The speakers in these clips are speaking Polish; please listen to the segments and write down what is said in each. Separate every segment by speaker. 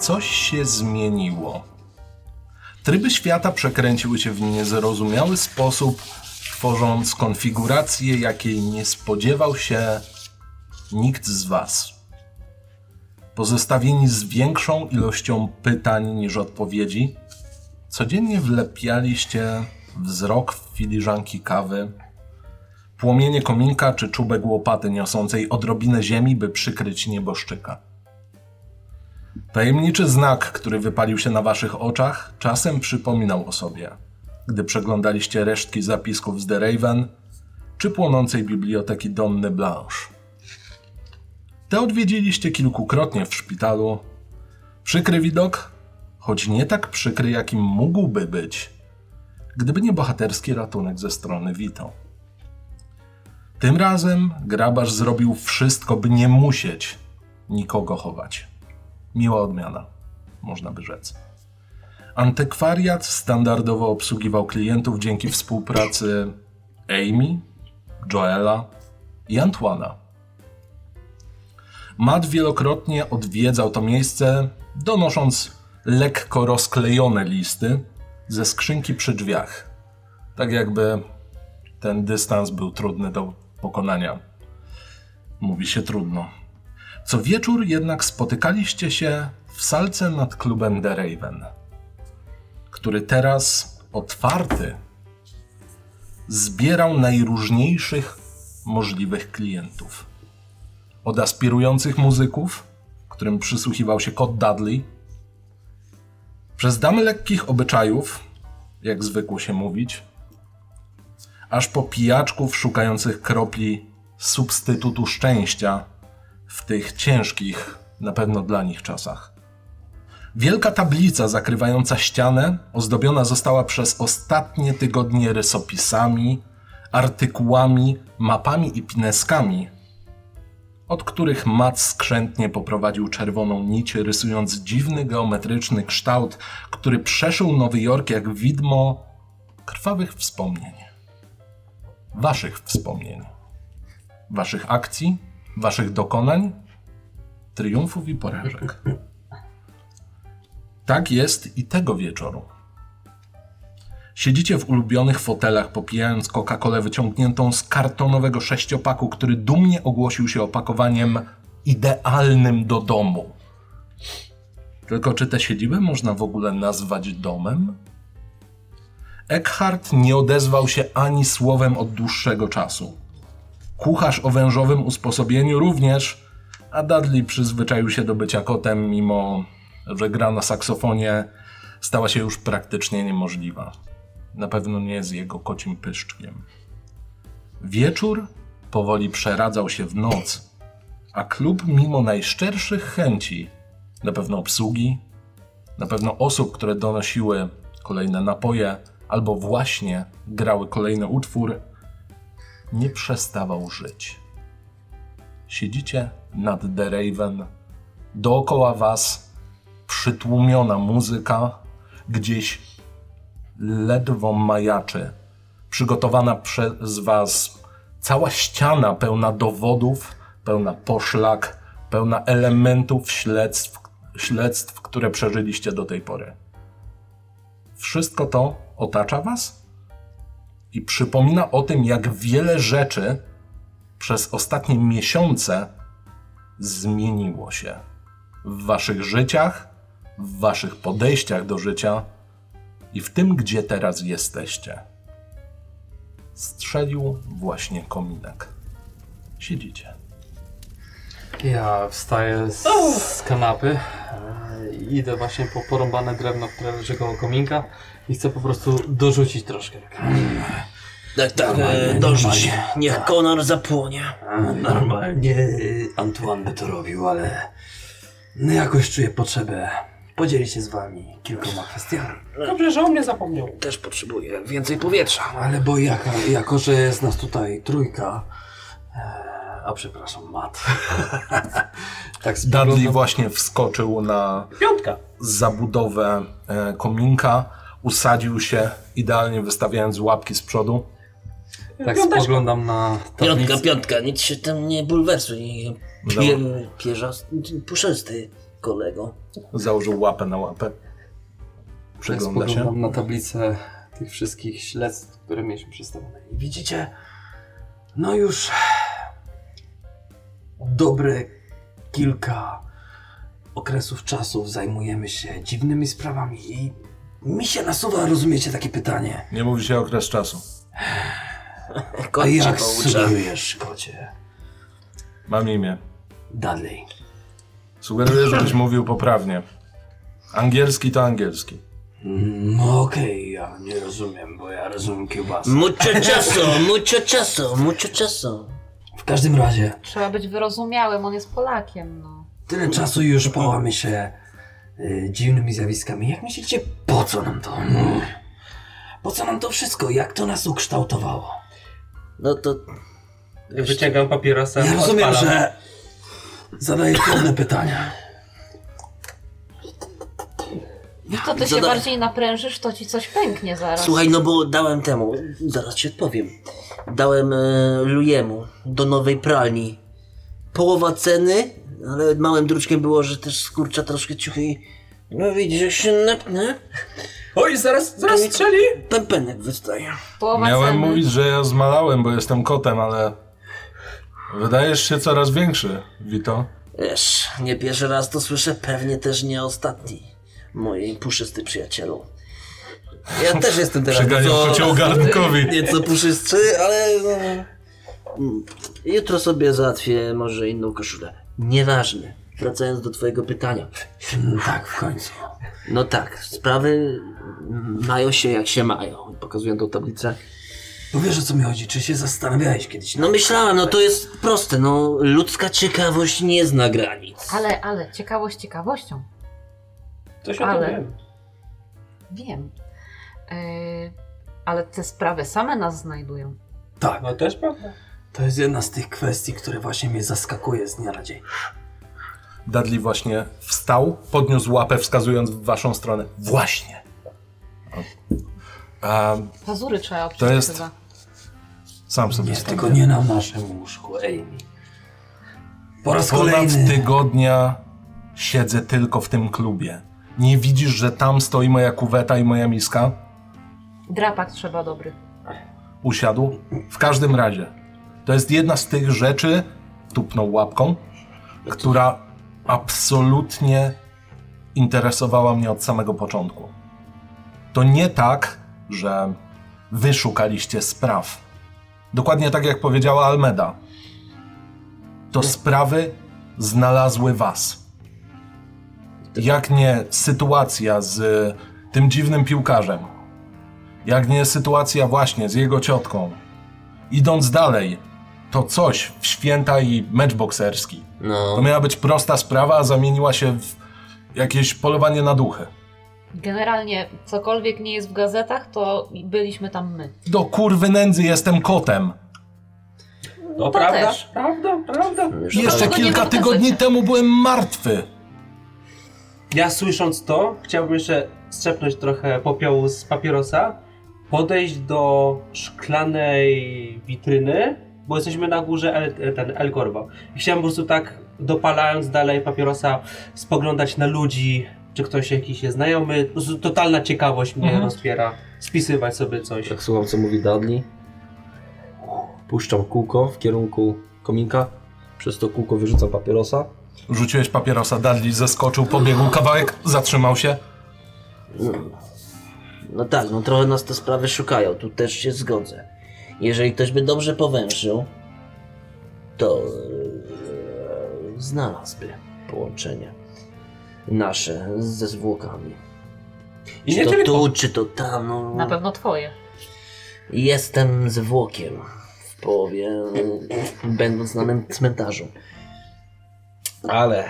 Speaker 1: Coś się zmieniło. Tryby świata przekręciły się w niezrozumiały sposób, tworząc konfigurację, jakiej nie spodziewał się nikt z Was. Pozostawieni z większą ilością pytań niż odpowiedzi, codziennie wlepialiście wzrok w filiżanki kawy, płomienie kominka czy czubek łopaty niosącej odrobinę ziemi, by przykryć nieboszczyka. Tajemniczy znak, który wypalił się na waszych oczach, czasem przypominał o sobie, gdy przeglądaliście resztki zapisków z The Raven czy płonącej biblioteki Donny Blanche. Te odwiedziliście kilkukrotnie w szpitalu. Przykry widok, choć nie tak przykry, jakim mógłby być, gdyby nie bohaterski ratunek ze strony Vito. Tym razem grabarz zrobił wszystko, by nie musieć nikogo chować. Miła odmiana, można by rzec. Antykwariat standardowo obsługiwał klientów dzięki współpracy Amy, Joela i Antoana. Matt wielokrotnie odwiedzał to miejsce, donosząc lekko rozklejone listy ze skrzynki przy drzwiach. Tak jakby ten dystans był trudny do pokonania. Mówi się trudno. Co wieczór jednak spotykaliście się w salce nad klubem The Raven, który teraz otwarty zbierał najróżniejszych możliwych klientów. Od aspirujących muzyków, którym przysłuchiwał się Kot Dudley, przez damy lekkich obyczajów, jak zwykło się mówić, aż po pijaczków szukających kropli substytutu szczęścia w tych ciężkich, na pewno dla nich czasach. Wielka tablica zakrywająca ścianę ozdobiona została przez ostatnie tygodnie rysopisami, artykułami, mapami i pineskami, od których Matt skrzętnie poprowadził czerwoną nić, rysując dziwny geometryczny kształt, który przeszył Nowy Jork jak widmo krwawych wspomnień waszych wspomnień, waszych akcji, waszych dokonań, triumfów i porażek. Tak jest i tego wieczoru. Siedzicie w ulubionych fotelach, popijając Coca-Colę wyciągniętą z kartonowego sześciopaku, który dumnie ogłosił się opakowaniem idealnym do domu. Tylko czy tę siedzibę można w ogóle nazwać domem? Eckhart nie odezwał się ani słowem od dłuższego czasu. Kucharz o wężowym usposobieniu również, a Dudley przyzwyczaił się do bycia kotem, mimo że gra na saksofonie stała się już praktycznie niemożliwa. Na pewno nie z jego kocim pyszczkiem. Wieczór powoli przeradzał się w noc, a klub, mimo najszczerszych chęci, na pewno obsługi, na pewno osób, które donosiły kolejne napoje albo właśnie grały kolejny utwór, nie przestawał żyć. Siedzicie nad The Raven, dookoła was przytłumiona muzyka, gdzieś ledwo majaczy, przygotowana przez was cała ściana pełna dowodów, pełna poszlak, pełna elementów śledztw, śledztw które przeżyliście do tej pory wszystko to otacza Was i przypomina o tym, jak wiele rzeczy przez ostatnie miesiące zmieniło się w Waszych życiach, w Waszych podejściach do życia i w tym, gdzie teraz jesteście. Strzelił właśnie kominek. Siedzicie.
Speaker 2: Ja wstaję z, z kanapy, e, i idę właśnie po porąbane drewno, które leży koło kominka i chcę po prostu dorzucić troszkę.
Speaker 3: Tak, tak,
Speaker 4: Normalnie,
Speaker 3: e, dorzuć.
Speaker 4: normalnie.
Speaker 3: Niech Konar zapłonie.
Speaker 4: Normalnie y, Antoine by to robił, ale no jakoś czuję potrzebę podzielić się z wami kilkoma kwestiami.
Speaker 5: Dobrze, że o mnie zapomniał.
Speaker 3: Też potrzebuje więcej powietrza.
Speaker 4: Ale bo jaka, jako, że jest nas tutaj trójka, e, a przepraszam, Mat.
Speaker 1: Dudley
Speaker 4: tak spoglądam,
Speaker 1: właśnie wskoczył na
Speaker 5: Piątka.
Speaker 1: zabudowę e, kominka, usadził się idealnie wystawiając łapki z przodu.
Speaker 2: Tak
Speaker 5: Piąteczka.
Speaker 2: spoglądam na tak
Speaker 3: Piątka,
Speaker 2: tablicę.
Speaker 3: piątka, nic się tam nie bulwersuj. Pie, pierzas, puszysty. kolego.
Speaker 1: Założył łapę na łapę. Przegląda się.
Speaker 2: Spoglądam na tablicę tych wszystkich śledztw, które mieliśmy przedstawione.
Speaker 4: I widzicie, no już dobre kilka okresów czasów zajmujemy się dziwnymi sprawami i mi się nasuwa, rozumiecie, takie pytanie.
Speaker 1: Nie mówi się okres czasu.
Speaker 4: A
Speaker 3: Kot cię
Speaker 4: jak
Speaker 3: poucza.
Speaker 4: sugerujesz, kocie?
Speaker 1: Mam imię.
Speaker 4: Dalej.
Speaker 1: Sugeruję, żebyś mówił poprawnie. Angielski to angielski.
Speaker 4: No okej, ja nie rozumiem, bo ja rozumiem kiełbasę.
Speaker 3: Mucho czasu, mucho czasu, mucho czasu.
Speaker 4: W każdym razie,
Speaker 5: Trzeba być wyrozumiałym, on jest Polakiem, no.
Speaker 4: tyle czasu już połamy się y, dziwnymi zjawiskami. Jak myślicie, po co nam to? Mm. Po co nam to wszystko? Jak to nas ukształtowało?
Speaker 3: No to...
Speaker 6: Wyciągam papierosa,
Speaker 4: Ja rozumiem,
Speaker 6: odpalam.
Speaker 4: że zadaję trudne pytania.
Speaker 5: No To ty się
Speaker 3: Zada-
Speaker 5: bardziej naprężysz, to ci coś pęknie zaraz.
Speaker 3: Słuchaj, no bo dałem temu, zaraz ci odpowiem. Dałem e, Lujemu do nowej pralni. Połowa ceny, ale małym druczkiem było, że też skurcza troszkę ciuchy. i- No widzisz, jak się napnę,
Speaker 6: Oj, zaraz, zaraz strzeli!
Speaker 3: pępenek wystaje.
Speaker 5: Połowa
Speaker 1: Miałem
Speaker 5: ceny.
Speaker 1: mówić, że ja zmalałem, bo jestem kotem, ale... Wydajesz się coraz większy, Wito.
Speaker 3: Wiesz, nie pierwszy raz to słyszę, pewnie też nie ostatni. Mojej puszysty przyjacielu. Ja też jestem teraz
Speaker 1: Przeganiam
Speaker 3: nieco-
Speaker 1: kocioł garnkowi.
Speaker 3: nieco puszystszy, ale... no, mm, Jutro sobie załatwię może inną koszulę. Nieważne. Wracając do twojego pytania.
Speaker 4: Mm, Tak, w końcu.
Speaker 3: No tak, sprawy mm, mają się jak się mają. Pokazuję tą tablicę.
Speaker 4: Bo wiesz o co mi chodzi, czy się zastanawiałeś kiedyś?
Speaker 3: No myślałem, no to jest proste, no ludzka ciekawość nie zna granic.
Speaker 5: Ale, ale, ciekawość ciekawością.
Speaker 6: Coś o tym
Speaker 5: Ale-
Speaker 6: wiem.
Speaker 5: Wiem. Yy, ale te sprawy same nas znajdują.
Speaker 4: Tak,
Speaker 6: No też prawda.
Speaker 4: to jest jedna z tych kwestii, które właśnie mnie zaskakuje z dnia na dzień.
Speaker 1: Dudley właśnie wstał, podniósł łapę, wskazując w waszą stronę. Właśnie. A,
Speaker 5: Pazury trzeba obciąć
Speaker 1: jest-
Speaker 5: chyba.
Speaker 1: sam sobie
Speaker 4: Nie,
Speaker 1: stąd.
Speaker 4: tylko nie na naszym łóżku, Amy. Po raz
Speaker 1: Ponad
Speaker 4: kolejny.
Speaker 1: tygodnia siedzę tylko w tym klubie. Nie widzisz, że tam stoi moja kuweta i moja miska?
Speaker 5: Drapak trzeba dobry.
Speaker 1: Usiadł? W każdym razie. To jest jedna z tych rzeczy, tupnął łapką, która absolutnie interesowała mnie od samego początku. To nie tak, że wy szukaliście spraw. Dokładnie tak, jak powiedziała Almeda. To sprawy znalazły was. Jak nie sytuacja z tym dziwnym piłkarzem, jak nie sytuacja właśnie z jego ciotką. Idąc dalej, to coś w święta i mecz bokserski. To
Speaker 3: No,
Speaker 1: miała być prosta sprawa, a zamieniła się w jakieś polowanie na duchy.
Speaker 5: Generalnie, cokolwiek nie jest w gazetach, to byliśmy tam my.
Speaker 1: Do kurwy nędzy jestem kotem.
Speaker 6: No
Speaker 5: to
Speaker 6: prawda,
Speaker 5: też.
Speaker 6: prawda, prawda.
Speaker 1: Jeszcze
Speaker 5: tego nie
Speaker 1: kilka
Speaker 5: pokazać.
Speaker 1: tygodni temu byłem martwy.
Speaker 6: Ja słysząc to, chciałbym jeszcze strzepnąć trochę popiołu z papierosa, podejść do szklanej witryny, bo jesteśmy na górze El, e, ten El Corvo. I chciałem po prostu tak, dopalając dalej papierosa, spoglądać na ludzi, czy ktoś jakiś jest znajomy. Po prostu totalna ciekawość mnie
Speaker 1: Mhm.
Speaker 6: rozpiera. Spisywać sobie coś.
Speaker 7: Jak słucham, co mówi Dudley, puszczam kółko w kierunku kominka, przez to kółko wyrzucam papierosa.
Speaker 1: Rzuciłeś papierosa, Dudley zeskoczył, pobiegł kawałek, zatrzymał się.
Speaker 3: no, no tak, no trochę nas te sprawy szukają, tu też się zgodzę. Jeżeli ktoś by dobrze powęszył, to e, znalazłby połączenie nasze ze zwłokami.
Speaker 6: I
Speaker 3: Czy
Speaker 6: nie
Speaker 3: to
Speaker 6: tylko.
Speaker 3: tu, czy to tam, no...
Speaker 5: Na pewno twoje.
Speaker 3: Jestem zwłokiem w połowie, będąc na mem- cmentarzu.
Speaker 7: Ale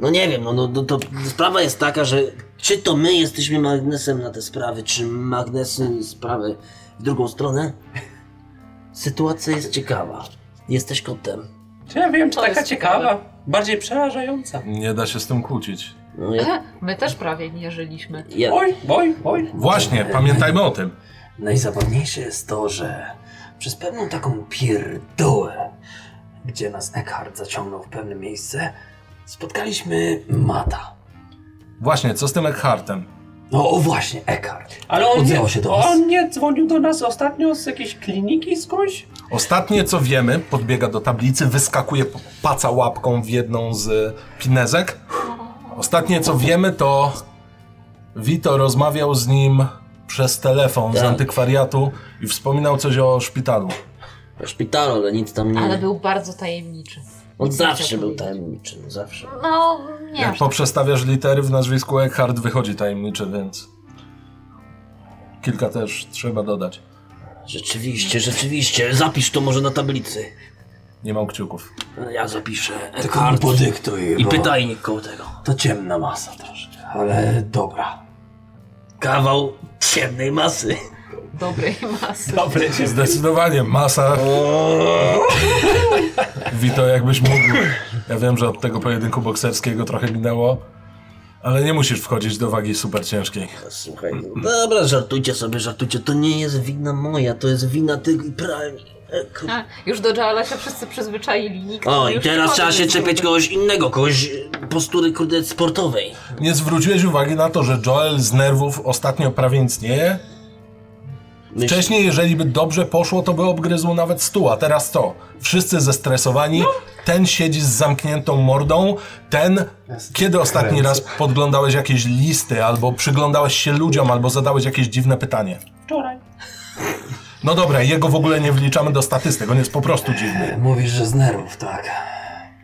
Speaker 3: No nie wiem, no, no to, to sprawa jest taka, że czy to my jesteśmy magnesem na te sprawy, czy magnesy sprawy w drugą stronę? Sytuacja jest ciekawa. Jesteś kotem.
Speaker 6: Czy ja wiem, czy
Speaker 5: To
Speaker 6: taka
Speaker 5: jest ciekawe.
Speaker 6: ciekawa, bardziej przerażająca.
Speaker 1: Nie da się z tym kłócić.
Speaker 3: No ja,
Speaker 5: My też prawie nie żyliśmy.
Speaker 3: ja,
Speaker 6: Oj, oj, oj.
Speaker 1: Właśnie, pamiętajmy o tym.
Speaker 4: Najzabawniejsze jest to, że przez pewną taką pierdołę, gdzie nas Eckhart zaciągnął w pewne miejsce, Spotkaliśmy Mata.
Speaker 1: Właśnie, co z tym Eckhartem?
Speaker 4: No o właśnie, Eckhart.
Speaker 6: Ale on
Speaker 4: Odzywał
Speaker 6: nie,
Speaker 4: się do was.
Speaker 6: on nie dzwonił do nas ostatnio z jakiejś kliniki skądś?
Speaker 1: Ostatnie co wiemy, podbiega do tablicy, wyskakuje, paca łapką w jedną z e, pinezek. Ostatnie co wiemy to Vito rozmawiał z nim przez telefon z
Speaker 3: Tak.
Speaker 1: antykwariatu i wspominał coś o szpitalu.
Speaker 3: W szpitalu, ale nic tam nie...
Speaker 5: Ale był bardzo tajemniczy.
Speaker 3: On
Speaker 5: Nic nie
Speaker 3: zawsze
Speaker 5: chciał
Speaker 3: był
Speaker 5: powiedzieć.
Speaker 3: tajemniczy, no zawsze.
Speaker 5: No, nie
Speaker 1: Jak
Speaker 5: aż tak.
Speaker 1: poprzestawiasz litery w nazwisku Eckhart wychodzi tajemniczy, więc kilka też trzeba dodać.
Speaker 3: Rzeczywiście, rzeczywiście. Zapisz to może na tablicy.
Speaker 1: Nie mam kciuków.
Speaker 3: Ja zapiszę.
Speaker 4: Tylko mi
Speaker 3: Eckhart
Speaker 4: podyktuj,
Speaker 3: i
Speaker 4: bo
Speaker 3: pytajnik koło tego.
Speaker 4: To ciemna masa troszkę, ale dobra.
Speaker 3: Kawał ciemnej masy.
Speaker 5: dobrej masy.
Speaker 3: Dobry.
Speaker 1: Zdecydowanie masa. Wito, jakbyś mógł. Ja wiem, że od tego pojedynku bokserskiego trochę minęło, ale nie musisz wchodzić do wagi super ciężkiej.
Speaker 3: Słuchaj, no dobra, żartujcie sobie, żartujcie. To nie jest wina moja, to jest wina tych i pralni. E, kur-
Speaker 5: A, Tak, Już do Jaala się wszyscy przyzwyczaili. Nikt
Speaker 3: O,
Speaker 5: No już
Speaker 3: i
Speaker 5: nie
Speaker 3: teraz
Speaker 5: powie
Speaker 3: trzeba się
Speaker 5: nic
Speaker 3: czepiać
Speaker 5: złego.
Speaker 3: kogoś innego, kogoś e, postury, kurde, sportowej.
Speaker 1: Nie zwróciłeś uwagi na to, że Joel z nerwów ostatnio prawie nic nie je?
Speaker 3: Myśl-
Speaker 1: Wcześniej, jeżeli by dobrze poszło, to by obgryzł nawet stół, a teraz to. Wszyscy zestresowani, ten siedzi z zamkniętą mordą, ten... Kiedy ostatni raz podglądałeś jakieś listy, albo przyglądałeś się ludziom, albo zadałeś jakieś dziwne pytanie?
Speaker 6: Wczoraj.
Speaker 1: No dobra, jego w ogóle nie wliczamy do statystyk, on jest po prostu dziwny.
Speaker 4: Mówisz, że z nerwów, tak.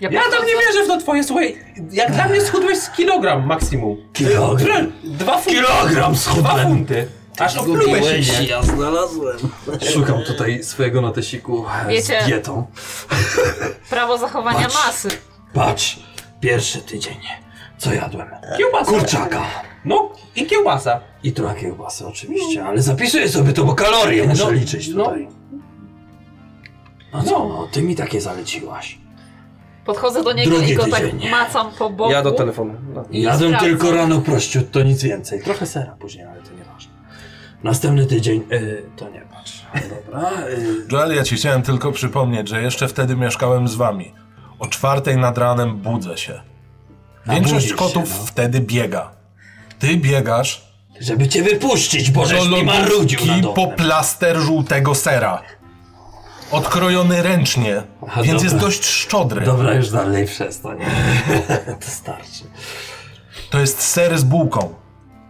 Speaker 5: Ja,
Speaker 6: Ja tam nie wierzę w to twoje, słuchaj, jak dla mnie schudłeś z kilogram maksimum.
Speaker 4: Kilogram.
Speaker 6: Które- Dwa funty.
Speaker 4: Kilogram
Speaker 6: Dwa
Speaker 4: schudłem.
Speaker 6: funty. Aż oplułeś
Speaker 3: Zgubiłeś,
Speaker 6: się.
Speaker 3: ja znalazłem.
Speaker 2: Szukam tutaj swojego notesiku
Speaker 5: Wiecie-
Speaker 2: z dietą.
Speaker 5: Prawo zachowania
Speaker 4: Patrz.
Speaker 5: masy.
Speaker 4: Patrz, pierwszy tydzień. Co jadłem?
Speaker 6: Kiełbasa.
Speaker 4: Kurczaka.
Speaker 6: No i kiełbasa.
Speaker 4: I trochę kiełbasy oczywiście, ale zapisuję sobie to, bo kalorie muszę
Speaker 6: No,
Speaker 4: liczyć
Speaker 6: no.
Speaker 4: tutaj. No co, no, ty mi takie zaleciłaś.
Speaker 5: Podchodzę do niego
Speaker 4: Drugi
Speaker 5: i go tak
Speaker 4: tydzień.
Speaker 5: macam po boku.
Speaker 7: Ja do telefonu. No.
Speaker 4: Jadłem
Speaker 5: Sprawdzam.
Speaker 4: tylko rano prościut, to nic więcej. Trochę sera później, ale to nieważne. Następny tydzień, y, to nie patrz. Dobra, y,
Speaker 1: Joel, ja ci chciałem tylko przypomnieć, że jeszcze wtedy mieszkałem z wami. O czwartej nad ranem budzę się.
Speaker 4: A
Speaker 1: Większość
Speaker 4: budzisz się,
Speaker 1: kotów
Speaker 4: no.
Speaker 1: wtedy biega. Ty biegasz
Speaker 4: żeby cię wypuścić, bo
Speaker 1: do
Speaker 4: żeś mi marudził
Speaker 1: lodówki
Speaker 4: na
Speaker 1: po
Speaker 4: po...
Speaker 1: plaster żółtego sera. Odkrojony ręcznie,
Speaker 4: Aha,
Speaker 1: więc jest
Speaker 4: dobra.
Speaker 1: dość szczodry.
Speaker 4: Dobra, już dalej przestań. to starczy.
Speaker 1: To jest ser z bułką.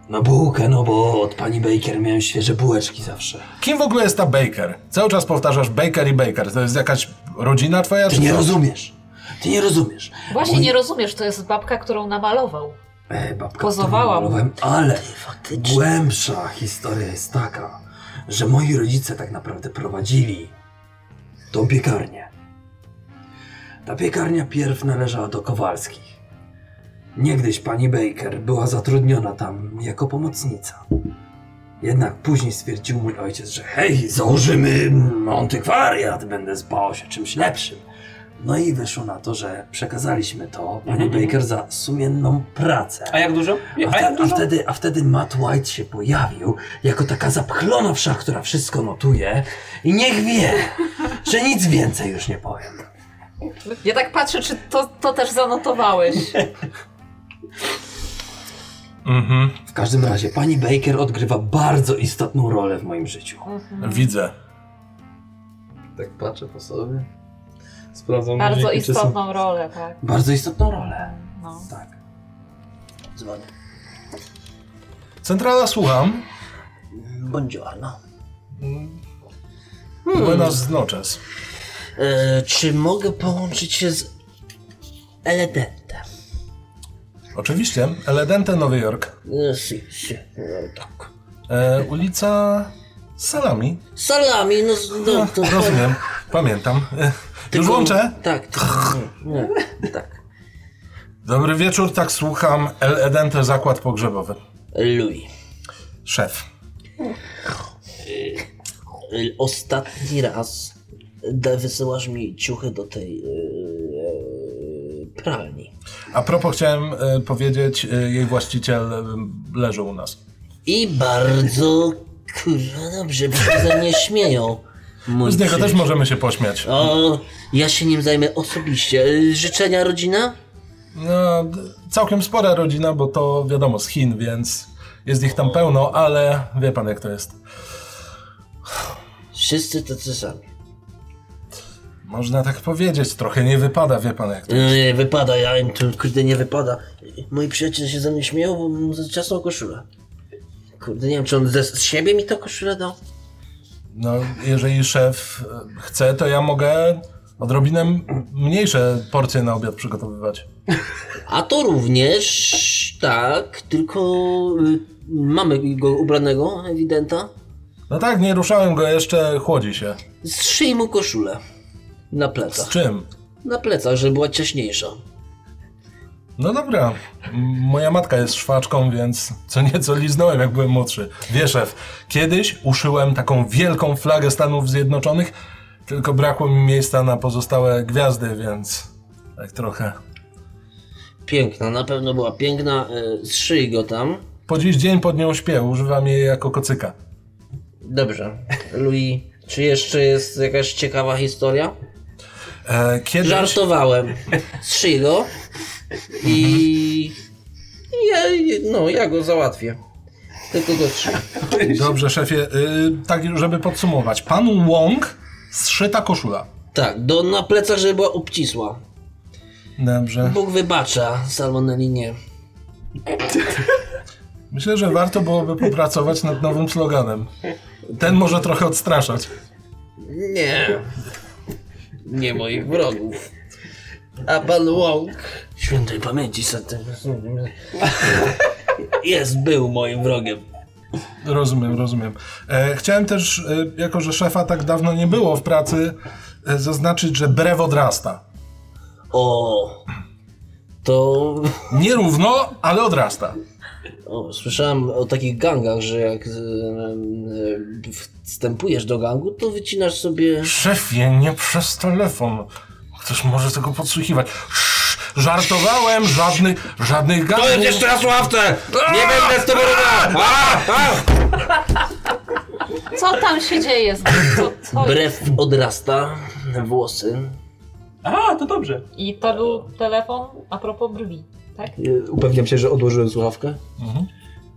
Speaker 4: No bułkę, no bo od pani Baker miałem świeże bułeczki zawsze.
Speaker 1: Kim w ogóle jest ta Baker? Cały czas powtarzasz Baker i Baker. To jest jakaś rodzina twoja?
Speaker 4: Ty
Speaker 1: czy
Speaker 4: nie
Speaker 1: co?
Speaker 4: rozumiesz. Ty nie rozumiesz.
Speaker 5: Właśnie
Speaker 4: Mój-
Speaker 5: nie rozumiesz, to jest babka, którą namalował.
Speaker 4: E, babka,
Speaker 5: Pozowałam.
Speaker 4: którą malowałem, ale
Speaker 3: Faktycznie.
Speaker 4: Tak głębsza historia jest taka, że moi rodzice tak naprawdę prowadzili tą piekarnię. Ta piekarnia pierw należała do Kowalskich. Niegdyś pani Baker była zatrudniona tam jako pomocnica. Jednak później stwierdził mój ojciec, że hej, założymy mm, antykwariat, będę zbał się czymś lepszym. No i wyszło na to, że przekazaliśmy to pani Baker za sumienną pracę.
Speaker 6: A jak dużo? Nie,
Speaker 4: A, tak-
Speaker 6: A
Speaker 4: wte-
Speaker 6: jak
Speaker 4: a,
Speaker 6: dużo?
Speaker 4: wtedy, a wtedy Matt White się pojawił jako taka zapchlona wsza, która wszystko notuje i niech wie, że nic więcej już nie powiem.
Speaker 5: Ja tak patrzę, czy to, to też zanotowałeś.
Speaker 1: Mhm,
Speaker 4: W każdym razie pani Baker odgrywa bardzo istotną rolę w moim życiu.
Speaker 5: Mhm.
Speaker 1: widzę.
Speaker 2: Tak patrzę po sobie. Sprawdzam
Speaker 5: Bardzo
Speaker 2: guzik, czy są-
Speaker 5: istotną rolę, tak.
Speaker 4: Bardzo istotną rolę.
Speaker 5: No.
Speaker 4: Tak.
Speaker 3: Dzwonię.
Speaker 1: Centrala słucham.
Speaker 3: Buongiorno.
Speaker 4: Hmm.
Speaker 1: Buenas noches.
Speaker 3: E, czy mogę połączyć się z Eledentem?
Speaker 1: Oczywiście, Eledente, Nowy Jork.
Speaker 3: E, si, si, e, tak.
Speaker 1: E, ulica Salami.
Speaker 3: Salami, no, z- no to...
Speaker 1: Rozumiem, pamiętam. E, Już
Speaker 3: tylko-
Speaker 1: łączę.
Speaker 3: Tak, tylko, nie, nie, tak.
Speaker 1: Dobry wieczór, tak słucham. Eledente, zakład pogrzebowy.
Speaker 3: Louis.
Speaker 1: Szef.
Speaker 3: Y, Ostatni raz da, wysyłasz mi ciuchy do tej y, y, pralni.
Speaker 1: A propos chciałem e, powiedzieć, e, jej właściciel e, leży u nas.
Speaker 3: I bardzo kurwa dobrze, bo się ze mnie śmieją. Mój
Speaker 1: Z niego też
Speaker 3: przyjaciel.
Speaker 1: możemy się pośmiać.
Speaker 3: O, ja się nim zajmę osobiście. Y, Życzenia rodzina?
Speaker 1: No, d- całkiem spora rodzina, bo to wiadomo z Chin, więc jest ich tam pełno, ale wie pan jak to jest.
Speaker 3: Wszyscy tacy sami.
Speaker 1: Można tak powiedzieć, trochę nie wypada, wie pan jak to.
Speaker 3: No nie, wypada, ja im tu, kurde, nie wypada. Moi przyjaciele się ze mnie śmieją, bo mam za ciasną koszulę. Kurde, nie wiem, czy on ze, z siebie mi to koszulę dał?
Speaker 1: No, jeżeli szef e, chce, to ja mogę odrobinę m- mniejsze porcje na obiad przygotowywać.
Speaker 3: A to również, tak, tylko y, mamy go ubranego, ewidenta.
Speaker 1: No tak, nie ruszałem go jeszcze, chłodzi się.
Speaker 3: Zszyj mu koszulę. Na
Speaker 1: Z
Speaker 3: plecach.
Speaker 1: czym?
Speaker 3: Na plecach, żeby była ciaśniejsza.
Speaker 1: No dobra, M- moja matka jest szwaczką, więc co nieco liznąłem, jak byłem młodszy. Wie szef, kiedyś uszyłem taką wielką flagę Stanów Zjednoczonych, tylko brakło mi miejsca na pozostałe gwiazdy, więc tak trochę.
Speaker 3: Piękna, na pewno była piękna. y, Zszyj go tam.
Speaker 1: Po dziś dzień pod nią śpię, używam jej jako kocyka.
Speaker 3: Dobrze. Louis, czy jeszcze jest jakaś ciekawa historia?
Speaker 1: E, kiedyś...
Speaker 3: Żartowałem. Zszyj go i... Ja, no, ja go załatwię. Tylko go trzy.
Speaker 1: Dobrze, szefie, y, tak żeby podsumować. Pan Wong zszyta koszula.
Speaker 3: Tak, do, na plecach, żeby była obcisła.
Speaker 1: Dobrze.
Speaker 3: Bóg wybacza salmonelinie.
Speaker 1: Myślę, że warto byłoby popracować nad nowym sloganem. Ten może trochę odstraszać.
Speaker 3: Nie. Nie moich wrogów. A pan Łąk. Świętej pamięci zatem. Jest, był moim wrogiem.
Speaker 1: Rozumiem, rozumiem. E, chciałem też, e, jako że szefa tak dawno nie było w pracy, e, zaznaczyć, że brew odrasta.
Speaker 3: O. To.
Speaker 1: Nierówno, ale odrasta.
Speaker 3: O, słyszałem o takich gangach, że jak e, e, wstępujesz do gangu, to wycinasz sobie.
Speaker 1: Szefie, nie przez telefon. Ktoś może tego podsłuchiwać. Sz, żartowałem, żadnych, żadnych gadów.
Speaker 7: No raz ławce! Nie będę z tobą rozmawiał!
Speaker 5: Co tam się dzieje z tym? Co, co
Speaker 3: Brew odrasta włosy.
Speaker 6: A, to dobrze.
Speaker 5: I to był telefon a propos brwi, tak?
Speaker 7: Upewniam się, że odłożyłem słuchawkę.
Speaker 1: Mhm.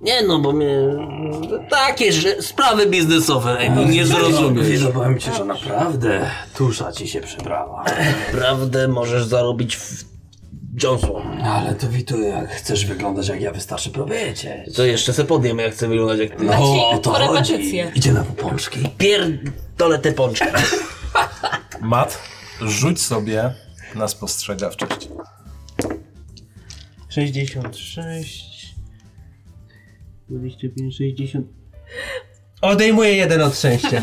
Speaker 3: Nie no, bo mnie. Takie że sprawy biznesowe, Amy, No, nie zrozumiesz.
Speaker 4: Wydawało mi się, że naprawdę tusza ci się przybrała.
Speaker 3: Prawdę możesz zarobić w Johnson.
Speaker 4: Ale to Witu, jak chcesz wyglądać jak ja, wystarczy powiedzieć.
Speaker 3: To jeszcze se podjem, jak chcę wyglądać jak ty.
Speaker 4: No,
Speaker 5: Leci
Speaker 4: o to
Speaker 5: po
Speaker 4: chodzi.
Speaker 5: repetycje.
Speaker 4: Idzie na popączki.
Speaker 3: Pierdolę te pączki.
Speaker 1: Mat, rzuć sobie na spostrzegawczość.
Speaker 6: 66. 25, 60. Odejmuję jeden od szczęścia.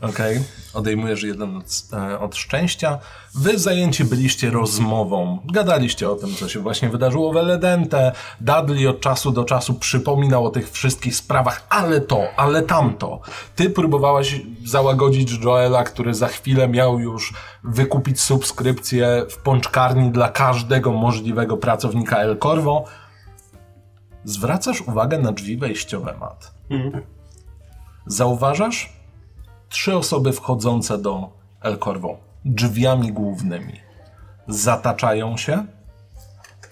Speaker 1: Okej, odejmujesz jeden od, e, od szczęścia. Wy zajęci byliście rozmową. Gadaliście o tym, co się właśnie wydarzyło w Eledente. Dudley od czasu do czasu przypominał o tych wszystkich sprawach, ale to, ale tamto. Ty próbowałaś załagodzić Joela, który za chwilę miał już wykupić subskrypcję w pączkarni dla każdego możliwego pracownika El Corvo. Zwracasz uwagę na drzwi wejściowe, Mat. Zauważasz, trzy osoby wchodzące do El Corvo drzwiami głównymi. Zataczają się,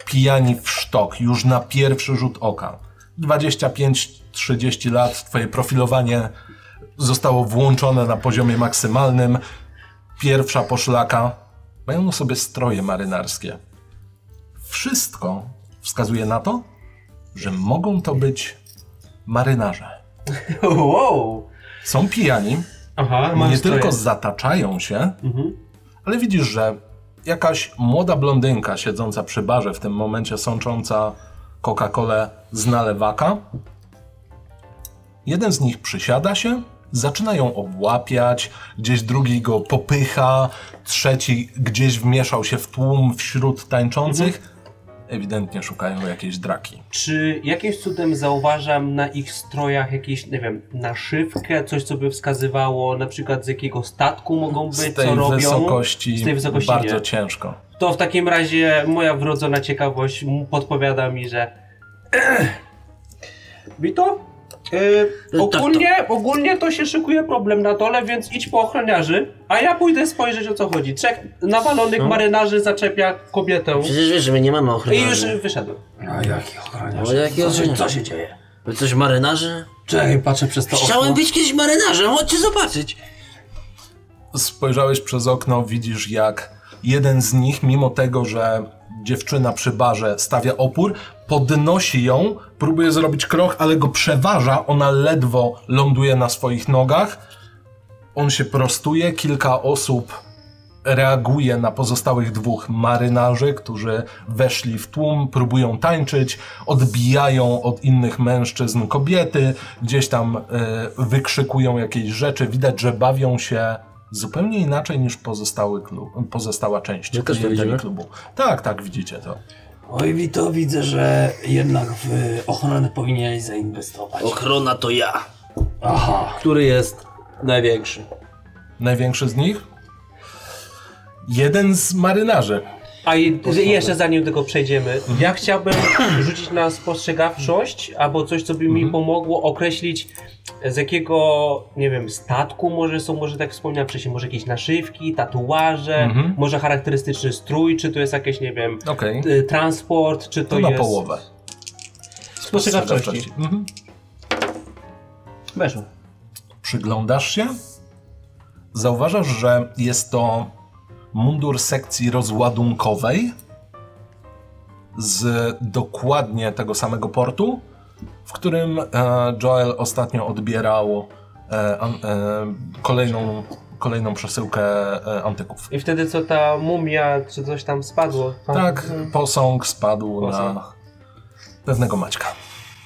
Speaker 1: pijani w sztok, już na pierwszy rzut oka. 25-30 lat, twoje profilowanie zostało włączone na poziomie maksymalnym. Pierwsza poszlaka. Mają na sobie stroje marynarskie. Wszystko wskazuje na to, że mogą to być marynarze.
Speaker 6: wow.
Speaker 1: Są pijani,
Speaker 6: Aha, Mhm.
Speaker 1: nie
Speaker 6: stroje.
Speaker 1: tylko zataczają się, ale widzisz, że jakaś młoda blondynka siedząca przy barze, w tym momencie sącząca Coca-Colę z nalewaka. Jeden z nich przysiada się, zaczyna ją obłapiać, gdzieś drugi go popycha, trzeci gdzieś wmieszał się w tłum wśród
Speaker 6: Mhm.
Speaker 1: tańczących. Ewidentnie szukają jakiejś draki.
Speaker 6: Czy jakimś cudem zauważam na ich strojach jakieś, nie wiem, naszywkę, coś co by wskazywało na przykład z jakiego statku mogą być,
Speaker 1: Z
Speaker 6: co
Speaker 1: tej,
Speaker 6: robią?
Speaker 1: wysokości,
Speaker 6: Z tej wysokości
Speaker 1: bardzo
Speaker 6: nie.
Speaker 1: ciężko.
Speaker 6: To w takim razie moja wrodzona ciekawość mu podpowiada mi, że... Wito, Yy,
Speaker 3: No tak,
Speaker 6: ogólnie, ogólnie to się szykuje problem na dole, więc idź po ochroniarzy, a ja pójdę spojrzeć o co chodzi. Trzech nawalonych marynarzy zaczepia kobietę.
Speaker 3: Przecież wiesz, że my nie mamy ochrony.
Speaker 6: I już wyszedłem.
Speaker 4: A jaki ochroniarz?
Speaker 3: O, jaki
Speaker 4: co, się,
Speaker 3: ochroniarz?
Speaker 4: co się dzieje?
Speaker 3: Wy coś marynarzy?
Speaker 4: Czekaj, patrzę przez to
Speaker 3: Chciałem
Speaker 4: okno.
Speaker 3: być kiedyś marynarzem, chodźcie zobaczyć.
Speaker 1: Spojrzałeś przez okno, widzisz jak jeden z nich, mimo tego, że dziewczyna przy barze stawia opór, podnosi ją, próbuje zrobić krok, ale go przeważa, ona ledwo ląduje na swoich nogach. On się prostuje, kilka osób reaguje na pozostałych dwóch marynarzy, którzy weszli w tłum, próbują tańczyć, odbijają od innych mężczyzn kobiety, gdzieś tam e, wykrzykują jakieś rzeczy. Widać, że bawią się zupełnie inaczej niż pozostały klub, pozostała część
Speaker 7: My też to
Speaker 1: klienteli
Speaker 7: widzimy?
Speaker 1: klubu. Tak, tak, widzicie to.
Speaker 4: Oj, Wito, widzę, że jednak w ochronę powinieneś zainwestować.
Speaker 3: Ochrona to ja.
Speaker 4: Aha.
Speaker 7: Który jest największy?
Speaker 1: Największy z nich? Jeden z marynarzy.
Speaker 6: A i, jeszcze zanim do tego przejdziemy, ja chciałbym rzucić na spostrzegawczość albo coś, co by mi
Speaker 1: Mhm.
Speaker 6: pomogło określić z jakiego, nie wiem, statku może są, może tak wspomniałem wcześniej, może jakieś naszywki, tatuaże,
Speaker 1: Mhm.
Speaker 6: może charakterystyczny strój, czy to jest jakieś, nie wiem,
Speaker 1: Okej,
Speaker 6: y, transport, czy to,
Speaker 1: to na
Speaker 6: jest...
Speaker 1: połowę.
Speaker 6: Spostrzegawczości.
Speaker 1: Mhm.
Speaker 6: Weszło.
Speaker 1: Przyglądasz się? Zauważasz, że jest to mundur sekcji rozładunkowej z dokładnie tego samego portu, w którym e, Joel ostatnio odbierał e, an, e, kolejną, kolejną przesyłkę e, antyków.
Speaker 6: I wtedy co ta mumia, czy coś tam spadło? Pan-
Speaker 1: Tak, posąg spadł na
Speaker 6: Posąg.
Speaker 1: pewnego Maćka.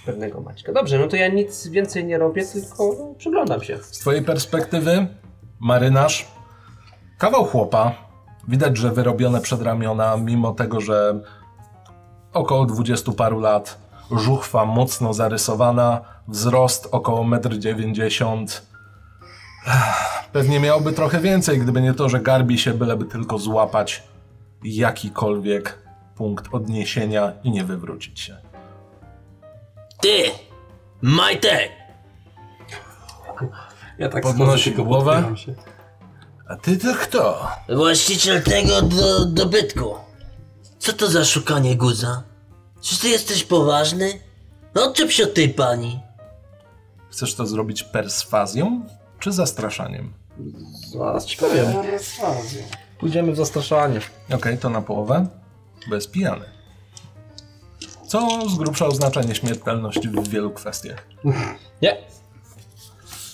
Speaker 6: Pewnego Maćka. Dobrze, no to ja nic więcej nie robię, tylko no, przyglądam się.
Speaker 1: Z twojej perspektywy, marynarz, kawał chłopa. Widać, że wyrobione przedramiona, mimo tego, że około dwudziestu paru lat, żuchwa mocno zarysowana, wzrost około 1,90 m. Pewnie miałby trochę więcej, gdyby nie to, że garbi się, byleby tylko złapać jakikolwiek punkt odniesienia i nie wywrócić się.
Speaker 3: Ty! Majtek!
Speaker 4: Ja tak
Speaker 1: Podnosi
Speaker 4: schodzę, tylko
Speaker 1: głowę.
Speaker 4: podpieram się.
Speaker 1: A ty to kto?
Speaker 3: Właściciel tego do, dobytku. Co to za szukanie guza? Czy ty jesteś poważny? No Odczep się od tej pani.
Speaker 1: Chcesz to zrobić perswazją czy zastraszaniem?
Speaker 7: Zaraz ci powiem. Pójdziemy w zastraszanie.
Speaker 1: Okej, to na połowę. Bo jest pijany. Co z grubsza oznacza nieśmiertelność w wielu kwestiach.
Speaker 7: Nie.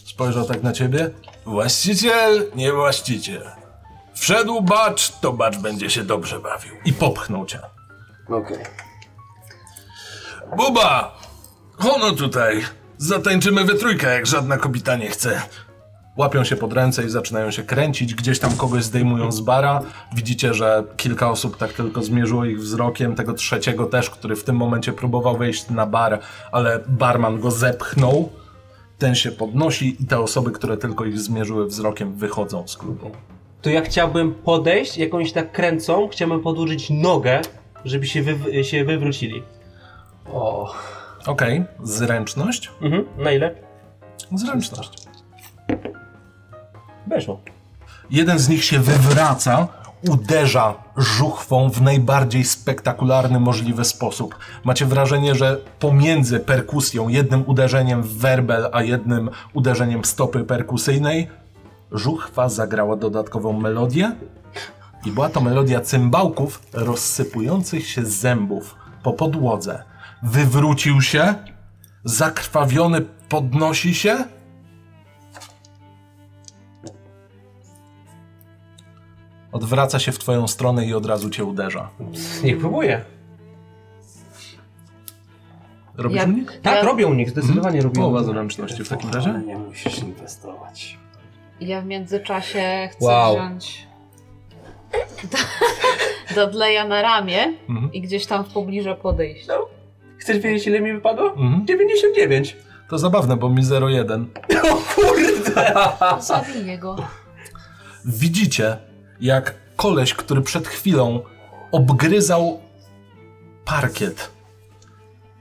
Speaker 1: Spojrzał tak na ciebie. Właściciel, nie właściciel. Wszedł bacz, to bacz będzie się dobrze bawił. I popchnął cię.
Speaker 4: Okej.
Speaker 1: Buba! Hono tutaj! Zatańczymy we trójkę, jak żadna kobita nie chce. Łapią się pod ręce i zaczynają się kręcić. Gdzieś tam kogoś zdejmują z bara. Widzicie, że kilka osób tak tylko zmierzyło ich wzrokiem. Tego trzeciego też, który w tym momencie próbował wejść na bar, ale barman go zepchnął. Ten się podnosi i te osoby, które tylko ich zmierzyły wzrokiem, wychodzą z klubu.
Speaker 6: to ja chciałbym podejść, jakąś tak kręcą, chciałbym podłożyć nogę, żeby się, wyw- się wywrócili.
Speaker 4: O,
Speaker 1: Okej, zręczność?
Speaker 6: Mhm, na ile?
Speaker 1: Zręczność.
Speaker 6: Weszło.
Speaker 1: Jeden z nich się wywraca, uderza żuchwą w najbardziej spektakularny możliwy sposób. Macie wrażenie, że pomiędzy perkusją, jednym uderzeniem w werbel, a jednym uderzeniem stopy perkusyjnej, żuchwa zagrała dodatkową melodię i była to melodia cymbałków rozsypujących się zębów po podłodze. Wywrócił się, zakrwawiony podnosi się, odwraca się w twoją stronę i od razu cię uderza.
Speaker 6: Niech próbuje.
Speaker 1: Robisz
Speaker 5: Jak-
Speaker 1: mnie?
Speaker 6: Tak,
Speaker 5: Ja-
Speaker 6: robią nich, zdecydowanie robią.
Speaker 1: Połowa zręczności w takim razie?
Speaker 4: nie musisz inwestować.
Speaker 5: Ja w międzyczasie chcę
Speaker 7: Wow.
Speaker 5: wziąć do, do dleja na ramię
Speaker 1: Mhm.
Speaker 5: i gdzieś tam w pobliżu podejść.
Speaker 6: Chcesz wiedzieć ile mi wypadło?
Speaker 1: Mhm.
Speaker 6: 99.
Speaker 1: To zabawne, bo mi 01.
Speaker 5: Zabiję go.
Speaker 1: Widzicie, jak koleś, który przed chwilą obgryzał parkiet,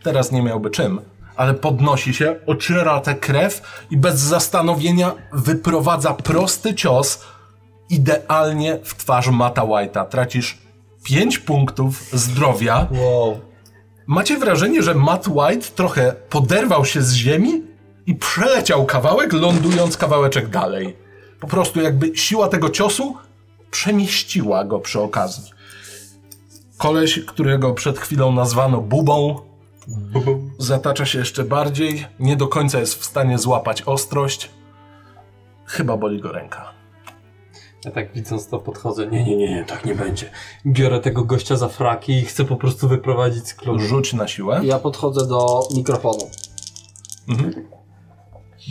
Speaker 1: teraz nie miałby czym, ale podnosi się, ociera tę krew i bez zastanowienia wyprowadza prosty cios idealnie w twarz Mata White'a. Tracisz 5 punktów zdrowia.
Speaker 7: Wow.
Speaker 1: Macie wrażenie, że Matt White trochę poderwał się z ziemi i przeleciał kawałek, lądując kawałeczek dalej. Po prostu jakby siła tego ciosu przemieściła go przy okazji. Koleś, którego przed chwilą nazwano Bubą, zatacza się jeszcze bardziej, nie do końca jest w stanie złapać ostrość. Chyba boli go ręka.
Speaker 2: Ja tak widząc to podchodzę, nie, nie, nie, nie, tak nie będzie. Biorę tego gościa za fraki i chcę po prostu wyprowadzić z klubu.
Speaker 1: Rzuć na siłę.
Speaker 7: Ja podchodzę do mikrofonu.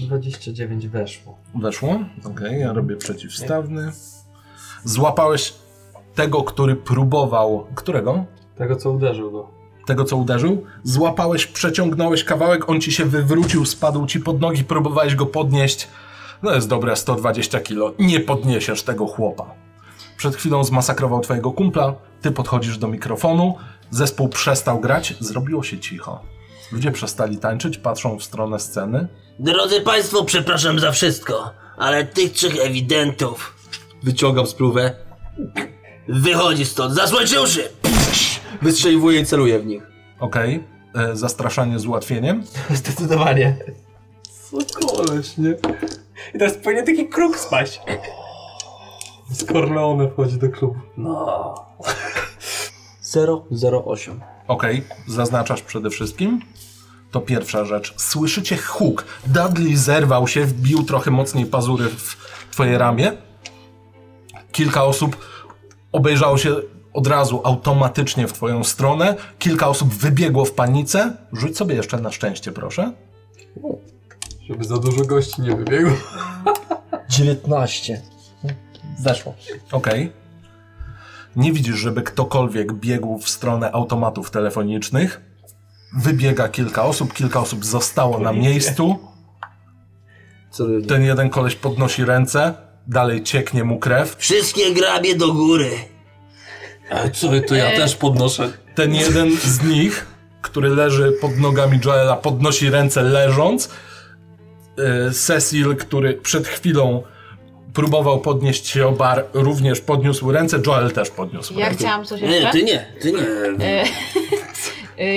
Speaker 2: 29 weszło.
Speaker 1: Weszło? Okej, ja robię przeciwstawny. Złapałeś tego, który próbował. Którego?
Speaker 2: Tego co uderzył go.
Speaker 1: Tego, co uderzył? Złapałeś, przeciągnąłeś kawałek, on ci się wywrócił, spadł ci pod nogi, próbowałeś go podnieść. No jest dobre 120 kilo. Nie podniesiesz tego chłopa. Przed chwilą zmasakrował twojego kumpla, ty podchodzisz do mikrofonu, zespół przestał grać, zrobiło się cicho. Ludzie przestali tańczyć, patrzą w stronę sceny.
Speaker 3: Drodzy Państwo, przepraszam za wszystko, ale tych trzech ewidentów
Speaker 7: Wyciągam spluwę,
Speaker 3: wychodzi stąd, zasłończywszy!
Speaker 7: wystrzeliwuję i celuję w nich.
Speaker 1: Okej, e, zastraszanie z ułatwieniem.
Speaker 6: Zdecydowanie.
Speaker 2: Co koleś, nie?
Speaker 6: I teraz powinien taki kruk spaść.
Speaker 2: Z Corleone wchodzi do klubu.
Speaker 4: No.
Speaker 7: 008.
Speaker 1: Okej, zaznaczasz przede wszystkim. To pierwsza rzecz. Słyszycie huk. Dudley zerwał się, wbił trochę mocniej pazury w twoje ramię. Kilka osób obejrzało się od razu automatycznie w twoją stronę. Kilka osób wybiegło w panice. Rzuć sobie jeszcze na szczęście, proszę.
Speaker 2: Żeby za dużo gości nie wybiegło.
Speaker 7: 19. Weszło.
Speaker 1: Okej. Nie widzisz, żeby ktokolwiek biegł w stronę automatów telefonicznych. Wybiega kilka osób, kilka osób zostało na miejscu.
Speaker 7: Celuję w nich.
Speaker 1: Ten jeden koleś podnosi ręce, dalej cieknie mu krew.
Speaker 3: Wszystkie grabie do góry!
Speaker 4: E, co, to ja też podnoszę.
Speaker 1: Ten jeden z nich, który leży pod nogami Joela, podnosi ręce leżąc. Yy, Cecil, który przed chwilą próbował podnieść się o bar, również podniósł ręce. Joel też podniósł
Speaker 5: Ja
Speaker 1: ręce.
Speaker 5: chciałam
Speaker 7: no
Speaker 5: coś
Speaker 3: Nie,
Speaker 5: jeszcze.
Speaker 3: ty nie, ty nie.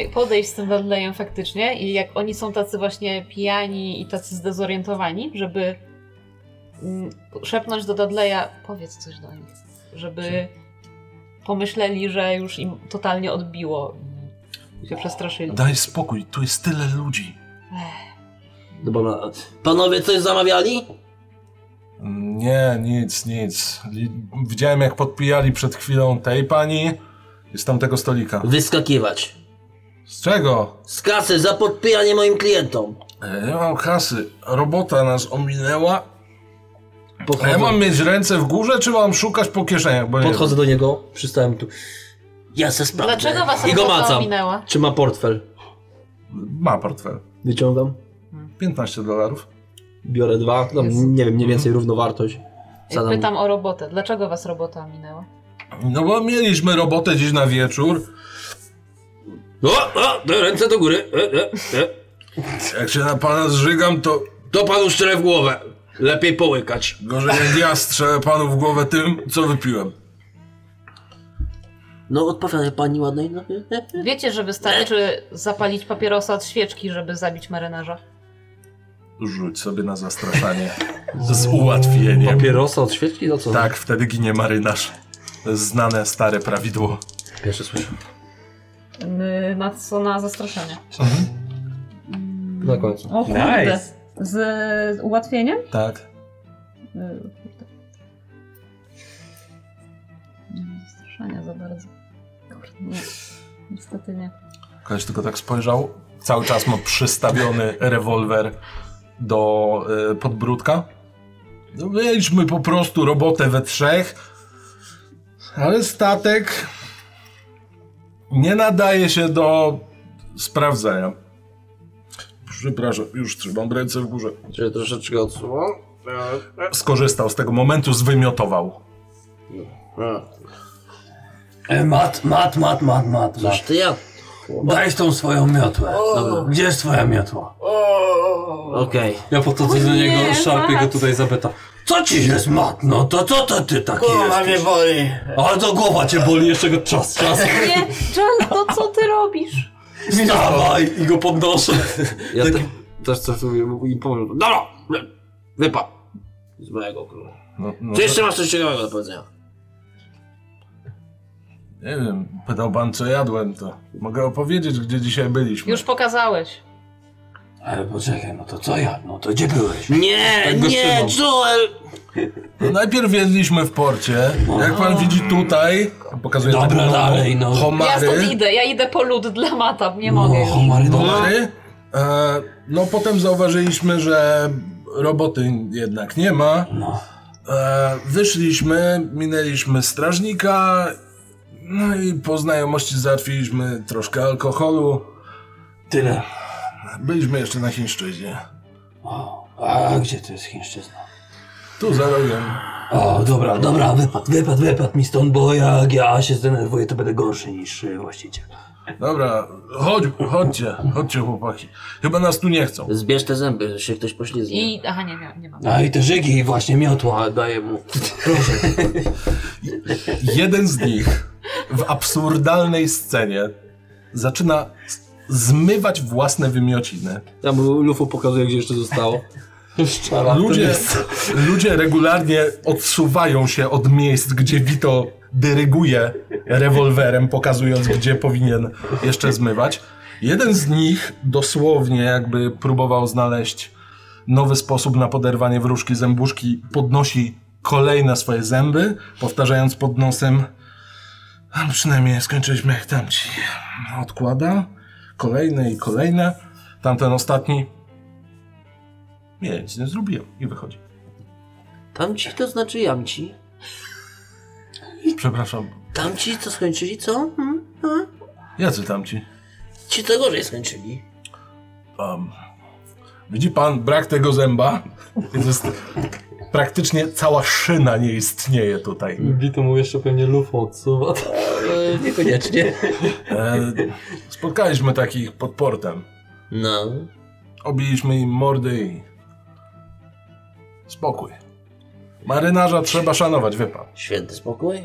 Speaker 5: y, podejść z tym Dudleyem faktycznie i jak oni są tacy właśnie pijani i tacy zdezorientowani, żeby mm, szepnąć do Dudleya, powiedz coś do nich, żeby pomyśleli, że już im totalnie odbiło i się przestraszyli.
Speaker 1: Daj spokój, tu jest tyle ludzi.
Speaker 5: Ech,
Speaker 3: Dobra, panowie coś zamawiali?
Speaker 1: Nie, nic, nic. Li- Widziałem, jak podpijali przed chwilą tej pani i z tamtego stolika.
Speaker 3: Wyskakiwać.
Speaker 1: Z czego?
Speaker 3: Z kasy za podpijanie moim klientom.
Speaker 1: E, Nie mam kasy. Robota nas ominęła. A
Speaker 7: Podchodzę,
Speaker 1: ja mam mieć ręce w górze, czy mam szukać po kieszeniach? Bo nie wiem.
Speaker 7: podchodzę do niego, przystałem tu.
Speaker 3: Ja se sprawdzę.
Speaker 5: Dlaczego was tak
Speaker 7: I go
Speaker 5: robota
Speaker 7: macam.
Speaker 5: ominęła?
Speaker 7: Czy ma portfel?
Speaker 1: Ma portfel.
Speaker 7: Wyciągam.
Speaker 1: 15 dolarów.
Speaker 7: Biorę dwa,
Speaker 5: Jest.
Speaker 7: tam, nie wiem, mniej więcej równowartość. Zadam-
Speaker 5: Pytam o robotę. Dlaczego was robota ominęła?
Speaker 1: No bo mieliśmy robotę dziś na wieczór.
Speaker 3: O, o, do- ręce do góry. E, e, e.
Speaker 1: Jak się na pana zżygam, to
Speaker 3: To panu szczerze w głowę. Lepiej połykać.
Speaker 1: gorzej jak ja strzelę panu w głowę tym, co wypiłem.
Speaker 3: No odpowiada pani ładnej. No. e, e.
Speaker 5: Wiecie, że wystarczy zapalić papierosa od świeczki, żeby zabić marynarza?
Speaker 1: Rzuć sobie na zastraszanie. Z ułatwieniem.
Speaker 7: Papierosa od świeczki? No co?
Speaker 1: Tak, wtedy ginie marynarz. To jest Znane stare prawidło.
Speaker 7: Pierwszy słyszę.
Speaker 5: Yy, Na co? Na zastraszenie.
Speaker 7: Mhm. Na końcu.
Speaker 5: O kurde.
Speaker 6: Nice.
Speaker 5: Z z ułatwieniem?
Speaker 1: Tak.
Speaker 5: Y, kurde. Nie mam zastraszania za bardzo. Kurde, nie. Niestety nie.
Speaker 1: Ktoś tylko tak spojrzał. Cały czas ma przystawiony rewolwer do y, podbródka. No, mieliśmy po prostu robotę we trzech, ale statek nie nadaje się do sprawdzenia. Przepraszam, już trzymam ręce w górze.
Speaker 7: Czyli troszeczkę odsuwam.
Speaker 1: Skorzystał z tego momentu, zwymiotował.
Speaker 4: E, mat, mat, mat, mat, mat,
Speaker 3: Toż
Speaker 4: mat.
Speaker 3: ty ja. miotło.
Speaker 4: Dajesz tą swoją miotłę. Dobra, gdzie jest twoja miotła?
Speaker 3: Okej.
Speaker 2: Ja podchodzę
Speaker 5: O
Speaker 2: do
Speaker 5: nie,
Speaker 2: niego, szarpię go
Speaker 5: Max.
Speaker 2: tutaj za beta.
Speaker 4: Co ci jest matno? To co to ty taki jesteś?
Speaker 3: boli.
Speaker 2: Ale to głowa cię boli, jeszcze go czas, czas.
Speaker 5: Nie, John, to co ty robisz?
Speaker 2: Wstawaj i go podnoszę.
Speaker 7: Ja te, też co im powiem. Dobra! wy- Wypad! Z mojego króla.
Speaker 1: No, no,
Speaker 3: Czy jeszcze masz coś ciekawego do powiedzenia?
Speaker 1: nie wiem, pytał pan co jadłem, to mogę opowiedzieć, gdzie dzisiaj byliśmy.
Speaker 5: Już pokazałeś.
Speaker 4: Ale poczekaj, no to co ja? No to gdzie byłeś?
Speaker 3: Nie,
Speaker 2: go
Speaker 3: nie, Joel!
Speaker 1: No, najpierw jedliśmy w porcie, jak pan widzi tutaj, pokazuję
Speaker 4: Dobra,
Speaker 1: taką
Speaker 4: dalej, no.
Speaker 5: Ja
Speaker 1: homary.
Speaker 5: stąd idę, ja idę po lód dla mata, nie mogę już.
Speaker 4: homary,
Speaker 7: No.
Speaker 4: no, dobra.
Speaker 1: Homary. E, no potem zauważyliśmy, że roboty jednak nie ma.
Speaker 4: No.
Speaker 1: E, wyszliśmy, minęliśmy strażnika, no i po znajomości załatwiliśmy troszkę alkoholu.
Speaker 4: Tyle.
Speaker 1: Byliśmy jeszcze na chińszczyźnie.
Speaker 4: O, a gdzie to jest chińszczyzna?
Speaker 1: Tu za rogiem.
Speaker 4: O, dobra, dobra, wypad, wypad, wypad mi stąd, bo jak ja się zdenerwuję, to będę gorszy niż y, właściciel.
Speaker 1: Dobra, chodź, chodźcie, chodźcie chłopaki. Chyba nas tu nie chcą.
Speaker 3: Zbierz te zęby, że się ktoś poślizgnie.
Speaker 5: I. Aha, nie, nie, nie mam.
Speaker 4: A No i te żygi i właśnie miotła daję mu. Proszę.
Speaker 1: Jeden z nich w absurdalnej scenie zaczyna z- zmywać własne wymiociny.
Speaker 7: Ja mu lufo pokazuję, gdzie jeszcze zostało.
Speaker 1: Ludzie, ludzie regularnie odsuwają się od miejsc, gdzie Vito dyryguje rewolwerem, pokazując, gdzie powinien jeszcze zmywać. Jeden z nich dosłownie jakby próbował znaleźć nowy sposób na poderwanie wróżki zębuszki, podnosi kolejne swoje zęby, powtarzając pod nosem a przynajmniej skończyliśmy jak tamci. Odkłada kolejne i kolejne. Tamten ostatni nie, nic nie zrobiłem. I wychodzi.
Speaker 3: Tamci to znaczy jamci.
Speaker 1: Przepraszam.
Speaker 3: Tamci co skończyli, co? Hmm? Hmm?
Speaker 1: Jacy tamci?
Speaker 3: Ci co gorzej skończyli.
Speaker 1: Um, widzi pan brak tego zęba? To Jest, praktycznie cała szyna nie istnieje tutaj.
Speaker 2: Bito mu jeszcze pewnie lufo odsuwa.
Speaker 5: Yy,
Speaker 3: niekoniecznie.
Speaker 1: E, spotkaliśmy takich pod portem.
Speaker 3: No.
Speaker 1: Obiliśmy im mordy i... Spokój. Marynarza trzeba szanować, wie pan.
Speaker 3: Święty spokój.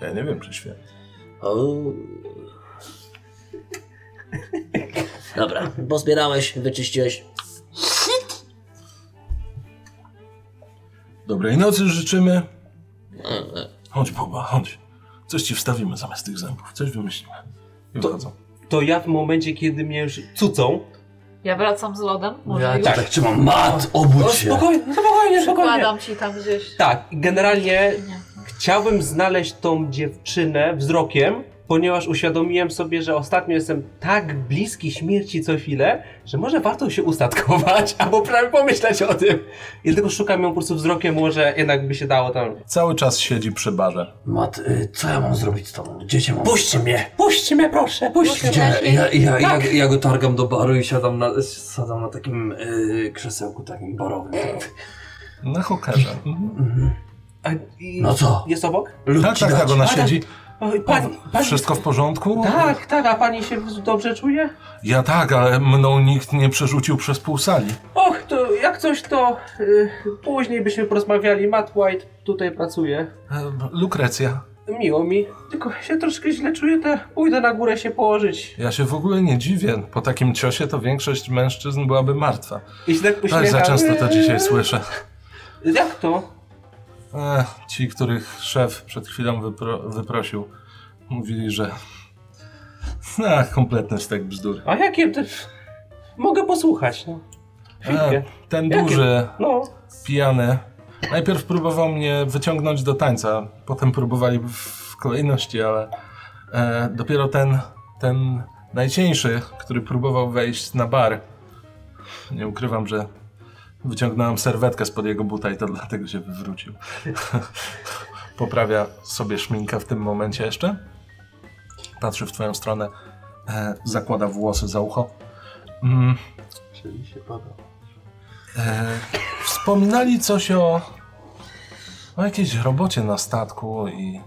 Speaker 1: Ja nie wiem, czy święty.
Speaker 3: O. Dobra, pozbierałeś, wyczyściłeś.
Speaker 1: Dobrej nocy życzymy.
Speaker 3: E, e,
Speaker 1: Chodź, Boba, chodź. Coś ci wstawimy zamiast tych zębów. Coś wymyślimy. I
Speaker 6: To-
Speaker 1: wychodzą.
Speaker 6: To ja w momencie, kiedy mnie już cucą,
Speaker 5: Ja wracam z lodem, może
Speaker 2: Ja
Speaker 5: już.
Speaker 4: Tak, trzymam. Mat,
Speaker 5: No,
Speaker 4: obudź się.
Speaker 6: spokojnie, spokojnie, spokojnie.
Speaker 5: Przykładam ci tam gdzieś.
Speaker 6: Tak, generalnie
Speaker 5: Nie.
Speaker 6: chciałbym znaleźć tą dziewczynę wzrokiem, ponieważ uświadomiłem sobie, że ostatnio jestem tak bliski śmierci co chwilę, że może warto się ustatkować, albo prawie pomyśleć o tym. I dlatego szukam ją po prostu wzrokiem, może jednak by się dało tam...
Speaker 1: Cały czas siedzi przy barze.
Speaker 4: Mat, y, co ja mam zrobić z tobą? Gdzie cię mam?
Speaker 6: Puśćcie mnie! Puśćcie mnie, proszę, puśćcie mnie!
Speaker 5: Znaczy-
Speaker 4: Gdzie? Ja, ja, ja,
Speaker 5: Tak.
Speaker 4: ja go targam do baru i siadam na, siadam na takim y, krzesełku takim barowym.
Speaker 5: Tak.
Speaker 1: Na hokerze.
Speaker 6: A, i-
Speaker 4: No co?
Speaker 6: Jest obok?
Speaker 4: Lud
Speaker 1: Tak,
Speaker 4: ci
Speaker 1: tak,
Speaker 4: dać.
Speaker 1: tak, ona
Speaker 6: A, tak.
Speaker 1: siedzi.
Speaker 6: Oj, Pani, pani...
Speaker 1: Wszystko w porządku?
Speaker 6: Tak, tak, a pani się dobrze czuje?
Speaker 1: Ja tak, ale mną nikt nie przerzucił przez pół sali.
Speaker 6: Och, to jak coś to y, później byśmy porozmawiali. Matt White tutaj pracuje.
Speaker 1: E, Lukrecja,
Speaker 6: Miło mi, tylko się troszkę źle czuję, to pójdę na górę się położyć.
Speaker 1: ja się w ogóle nie dziwię. Po takim ciosie to większość mężczyzn byłaby martwa.
Speaker 6: I się tak
Speaker 1: Tak
Speaker 6: uśmiecham.
Speaker 1: za często to dzisiaj słyszę.
Speaker 6: Jak to?
Speaker 1: Ech, ci, których szef przed chwilą wypro wyprosił, mówili, że... Ach, kompletny stek bzdur.
Speaker 6: A jakie... Te... Mogę posłuchać, no. Chwilkę.
Speaker 1: E, ten
Speaker 6: Jakie?
Speaker 1: duży,
Speaker 6: No,
Speaker 1: pijany. Najpierw próbował mnie wyciągnąć do tańca, potem próbowali w kolejności, ale e, dopiero ten, ten najcieńszy, który próbował wejść na bar, nie ukrywam, że wyciągnąłem serwetkę spod jego buta i to dlatego się wywrócił. Poprawia sobie szminkę w tym momencie jeszcze. Patrzy w twoją stronę, e, zakłada włosy za ucho. Mm,
Speaker 2: Czyli się pada.
Speaker 1: E, wspominali coś o, o jakiejś robocie na statku i...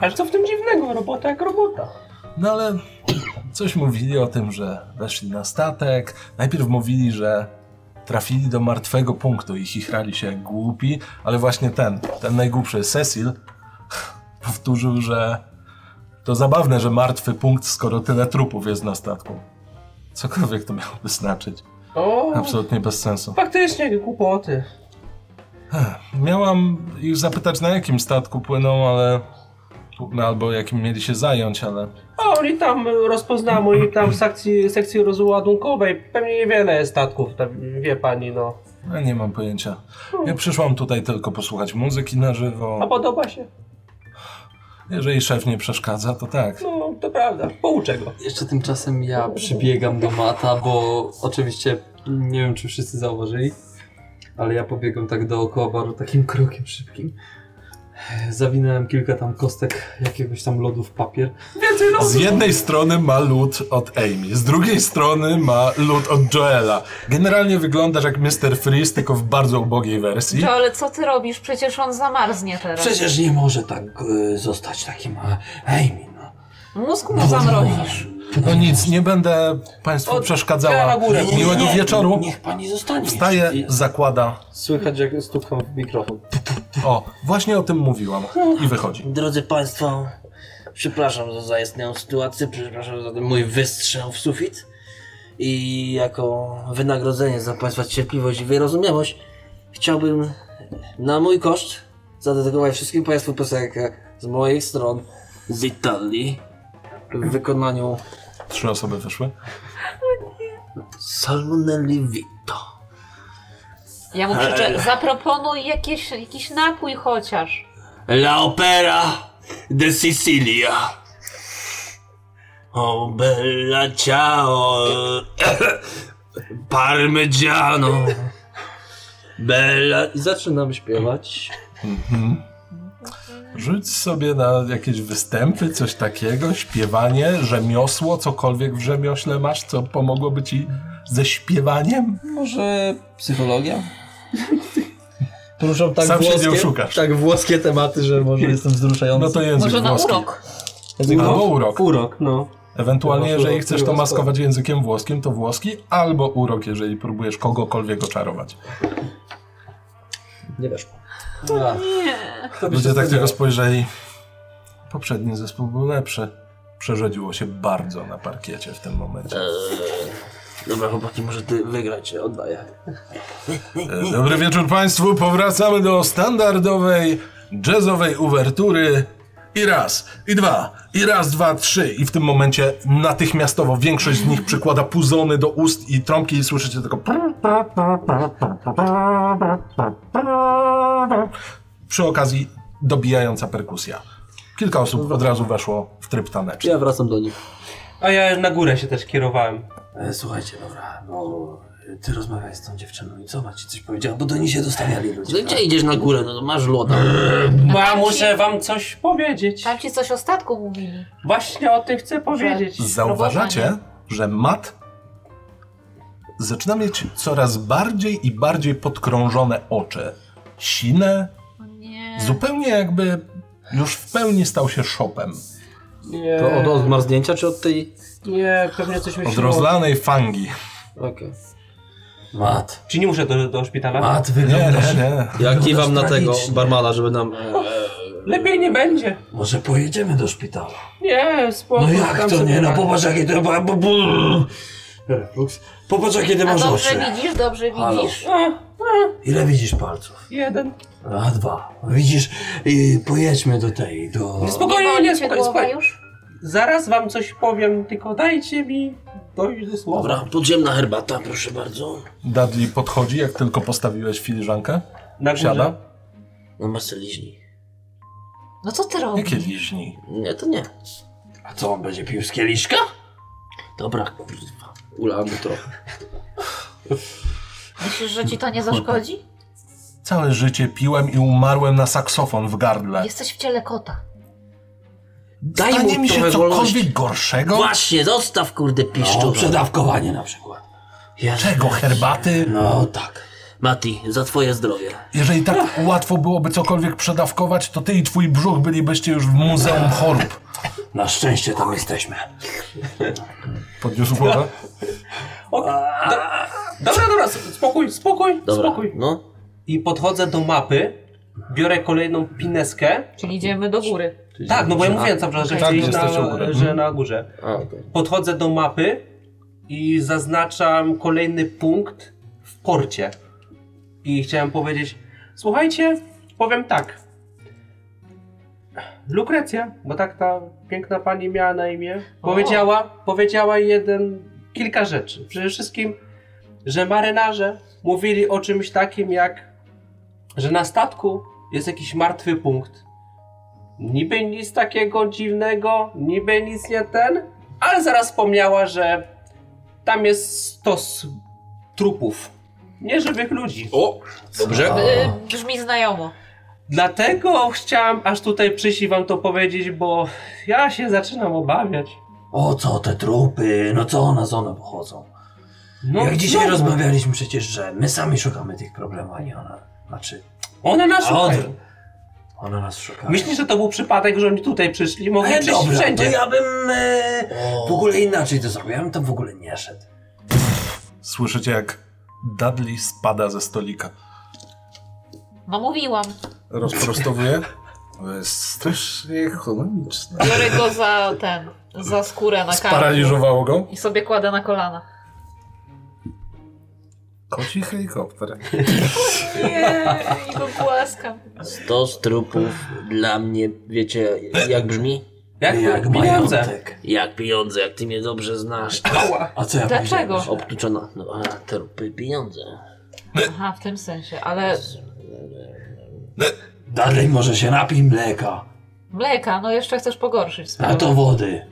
Speaker 6: ale co w tym dziwnego? Robota jak robota.
Speaker 1: No ale Coś mówili o tym, że weszli na statek. Najpierw mówili, że trafili do martwego punktu i chichrali się jak głupi, ale właśnie ten, ten najgłupszy, Cecil, powtórzył, że to zabawne, że martwy punkt, skoro tyle trupów jest na statku. Cokolwiek to miałoby znaczyć.
Speaker 6: O,
Speaker 1: Absolutnie bez sensu.
Speaker 6: faktycznie, głupoty.
Speaker 1: Miałam ich zapytać, na jakim statku płyną, ale. no, albo jakim mieli się zająć, ale.
Speaker 6: A oni tam rozpoznamy, oni tam w sekcji, sekcji rozładunkowej, pewnie niewiele jest statków, tam, wie pani, no.
Speaker 1: Ja nie mam pojęcia. Ja przyszłam tutaj tylko posłuchać muzyki na
Speaker 6: A
Speaker 1: żywo.
Speaker 6: podoba się?
Speaker 1: Jeżeli szef nie przeszkadza, to tak.
Speaker 6: No, to prawda, pouczę go.
Speaker 2: Jeszcze tymczasem ja przybiegam do mata, bo oczywiście nie wiem, czy wszyscy zauważyli, ale ja pobiegam tak dookoła baru takim krokiem szybkim. Zawinąłem kilka tam kostek jakiegoś tam lodu w papier.
Speaker 6: Więcej no- lodu!
Speaker 1: Z jednej strony ma lód od Amy, z drugiej strony ma lód od Joela. Generalnie wyglądasz jak Mr. Freeze, tylko w bardzo ubogiej wersji.
Speaker 5: Jo, ale co ty robisz? Przecież on zamarznie teraz.
Speaker 4: Przecież nie może tak y, zostać takim e, Amy, no.
Speaker 5: Mózg mu zamrozisz.
Speaker 1: No nic, nie będę Państwu
Speaker 6: ja na
Speaker 1: przeszkadzała.
Speaker 6: górę.
Speaker 1: Miłego wieczoru.
Speaker 4: Niech pani zostanie.
Speaker 1: Wstaję, zakłada.
Speaker 7: Słychać jak stukam w mikrofon.
Speaker 1: O, właśnie o tym mówiłam. I wychodzi.
Speaker 3: Drodzy Państwo, przepraszam za zaistniałą sytuację, przepraszam za ten mój wystrzał w sufit i jako wynagrodzenie za Państwa cierpliwość i wyrozumiałość chciałbym na mój koszt zadedykować wszystkim Państwu piosenkę z mojej strony z Italii w wykonaniu
Speaker 1: Trzy osoby wyszły.
Speaker 3: Salmonelli Vito.
Speaker 5: Ja mu krzyczę, zaproponuj jakieś, jakiś napój chociaż.
Speaker 3: La opera de Sicilia. Oh bella ciao. Parmigiano. Bella. I zaczynam śpiewać.
Speaker 1: Mhm. Rzuć sobie na jakieś występy, coś takiego, śpiewanie, rzemiosło, cokolwiek w rzemiośle masz, co pomogłoby ci ze śpiewaniem.
Speaker 7: Może psychologia? Poruszam tak
Speaker 1: Sam się nie
Speaker 7: włoskie,
Speaker 1: oszukasz.
Speaker 7: tak włoskie tematy, że może jestem wzruszający.
Speaker 1: No to język
Speaker 5: Może na
Speaker 1: włoski.
Speaker 5: urok.
Speaker 7: Język
Speaker 1: Albo
Speaker 7: włoski?
Speaker 1: urok.
Speaker 6: Urok, no.
Speaker 1: Ewentualnie,
Speaker 7: Urok,
Speaker 1: jeżeli
Speaker 7: urok,
Speaker 1: chcesz to
Speaker 7: urok,
Speaker 1: maskować językiem włoskim, to włoski, albo urok, jeżeli próbujesz kogokolwiek oczarować.
Speaker 7: Nie wiesz.
Speaker 2: A, kto
Speaker 1: Ludzie tak
Speaker 2: by się spodziewał?
Speaker 1: tylko spojrzeli. Poprzedni zespół był lepszy. Przerzedziło się bardzo na parkiecie w tym momencie.
Speaker 3: Dobra, chłopaki, może ty wygrać, oddaję.
Speaker 1: E, Dobry wieczór Państwu. Powracamy do standardowej jazzowej uwertury. I raz, i dwa, i raz, dwa, trzy. I w tym momencie natychmiastowo większość z nich przykłada puzony do ust i trąbki i słyszycie tylko... Przy okazji dobijająca perkusja. Kilka osób od razu weszło w tryb taneczny.
Speaker 7: Ja wracam do nich.
Speaker 6: A ja na górę się też kierowałem.
Speaker 4: E, Słuchajcie, dobra, no ty rozmawiaj z tą dziewczyną i co ona ci coś powiedziała, bo do niej się dostawiali
Speaker 3: No
Speaker 4: ludzie. tak?
Speaker 3: i gdzie idziesz na górę? No to masz loda.
Speaker 6: Bo ja
Speaker 5: tam ci- Tak.
Speaker 6: muszę wam coś powiedzieć.
Speaker 5: Tam ci coś o statku mówili.
Speaker 6: Właśnie o tym chcę powiedzieć.
Speaker 5: Tak.
Speaker 1: Zauważacie, że Matt zaczyna mieć coraz bardziej i bardziej podkrążone oczy. Sine,
Speaker 5: O nie.
Speaker 1: zupełnie jakby już w pełni stał się szopem.
Speaker 6: Nie,
Speaker 7: To od, od marznięcia czy od tej...
Speaker 6: nie, pewnie coś
Speaker 1: Od
Speaker 6: myślę.
Speaker 1: rozlanej fangi.
Speaker 7: Okej.
Speaker 4: Mat,
Speaker 6: Czy nie muszę do, do szpitala?
Speaker 4: mat,
Speaker 1: Nie,
Speaker 4: wyglądasz.
Speaker 1: nie, nie.
Speaker 7: Ja kiwam na tego
Speaker 4: tragicznie.
Speaker 7: barmana, żeby nam...
Speaker 6: Lepiej nie będzie.
Speaker 4: Może pojedziemy do szpitala.
Speaker 6: Nie, spoko.
Speaker 4: No jak
Speaker 6: tam
Speaker 4: to
Speaker 6: sobie tak.
Speaker 4: nie? No
Speaker 6: radzę.
Speaker 4: popatrz jakie to... bo- bo- bo- Refluks. Popatrz jakie ty
Speaker 5: A
Speaker 4: masz
Speaker 5: dobrze
Speaker 4: oczy.
Speaker 5: widzisz, dobrze
Speaker 4: Halo.
Speaker 5: widzisz.
Speaker 6: A,
Speaker 4: Ile widzisz palców?
Speaker 6: jeden.
Speaker 4: A dwa. Widzisz, i pojedźmy do tej, do...
Speaker 5: Nie
Speaker 6: Spokojnie, nie,
Speaker 5: boli cię
Speaker 6: spokojnie,
Speaker 5: głowa
Speaker 6: spokojnie.
Speaker 5: już?
Speaker 6: Zaraz wam coś powiem, tylko dajcie mi dojść do słowa.
Speaker 3: Dobra, podziemna herbata, proszę bardzo.
Speaker 1: Dudley podchodzi, jak tylko postawiłeś filiżankę.
Speaker 6: Na górze.
Speaker 1: Siada.
Speaker 3: No masz te liźni.
Speaker 5: No co ty robisz?
Speaker 1: Jakie liźni?
Speaker 3: Nie, to nie.
Speaker 4: A co, on będzie pił z kieliszka?
Speaker 3: Dobra, kurwa. Ulałem mu trochę.
Speaker 5: Myślisz, że ci to nie zaszkodzi?
Speaker 1: Całe życie piłem i umarłem na saksofon w gardle.
Speaker 5: Jesteś w ciele kota.
Speaker 3: Daj
Speaker 1: Stanie
Speaker 3: mu
Speaker 1: mi się
Speaker 3: trochę wolności.
Speaker 1: cokolwiek gorszego?
Speaker 3: Właśnie, zostaw kurde
Speaker 4: No,
Speaker 3: piszczu.
Speaker 4: przedawkowanie na przykład.
Speaker 3: Ja-
Speaker 1: Czego? Herbaty?
Speaker 4: No tak.
Speaker 3: Mati, za twoje zdrowie.
Speaker 1: Jeżeli tak łatwo byłoby cokolwiek przedawkować, to ty i twój brzuch bylibyście już w Muzeum Chorób.
Speaker 4: Na szczęście tam jesteśmy.
Speaker 1: Podniósł głowę.
Speaker 6: Dobra, dobra, s- spokój, spokój,
Speaker 3: Dobra,
Speaker 6: spokój.
Speaker 3: no.
Speaker 6: I podchodzę do mapy, biorę kolejną pineskę.
Speaker 5: Czyli idziemy do góry.
Speaker 6: Tak, no bo ja mówiłem cały czas, że
Speaker 5: okej.
Speaker 6: chcę iść
Speaker 1: Tak,
Speaker 6: na,
Speaker 1: jesteś u góry.
Speaker 6: że na górze.
Speaker 3: A, okej.
Speaker 6: Podchodzę do mapy i zaznaczam kolejny punkt w porcie. I chciałem powiedzieć, słuchajcie, powiem tak. Lukrecja, bo tak ta piękna pani miała na imię,
Speaker 5: O.
Speaker 6: powiedziała, powiedziała jeden, kilka rzeczy. Przede wszystkim, że marynarze mówili o czymś takim jak, że na statku jest jakiś martwy punkt. Niby nic takiego dziwnego, niby nic nie ten, ale zaraz wspomniała, że tam jest stos trupów, nieżywych ludzi.
Speaker 8: O, dobrze.
Speaker 4: No.
Speaker 5: Y, Brzmi znajomo.
Speaker 6: Dlatego chciałam aż tutaj przyjść i wam to powiedzieć, bo ja się zaczynam obawiać.
Speaker 4: O co te trupy? No co one z one pochodzą?
Speaker 6: No,
Speaker 4: Jak dzisiaj
Speaker 6: no,
Speaker 4: rozmawialiśmy przecież, że my sami szukamy tych problemów, a nie one. Znaczy,
Speaker 6: One nas
Speaker 4: A one.
Speaker 6: szukają.
Speaker 4: one nas szukają.
Speaker 6: Myślisz, że to był przypadek, że oni tutaj przyszli? Mogli
Speaker 4: E,
Speaker 6: przyjść
Speaker 4: dobra, to
Speaker 6: wszędzie.
Speaker 4: ja bym e,
Speaker 3: O.
Speaker 4: w ogóle inaczej to zrobił. Ja bym tam w ogóle nie szedł.
Speaker 1: Słyszycie, jak Dudley spada ze stolika.
Speaker 5: No mówiłam.
Speaker 1: Rozprostowuje. To jest strasznie ekonomiczne.
Speaker 5: Biorę go za ten, za skórę na karku.
Speaker 1: Sparaliżowało go.
Speaker 5: I sobie kładę na kolana.
Speaker 1: Koci helikopter.
Speaker 5: Nie, i go głaskam.
Speaker 3: Stos trupów dla mnie, wiecie, jak brzmi?
Speaker 6: Jak,
Speaker 4: Jak
Speaker 6: pieniądze.
Speaker 4: majątek.
Speaker 3: Jak pieniądze, jak ty mnie dobrze znasz.
Speaker 4: A co ja
Speaker 5: Dlaczego?
Speaker 4: powiedziałem?
Speaker 3: Obtuczona, no a trupy, pieniądze.
Speaker 5: Aha, w tym sensie, ale
Speaker 4: Dalej może się napij mleka.
Speaker 5: mleka, no jeszcze chcesz pogorszyć
Speaker 4: A
Speaker 5: sprawę.
Speaker 4: to wody.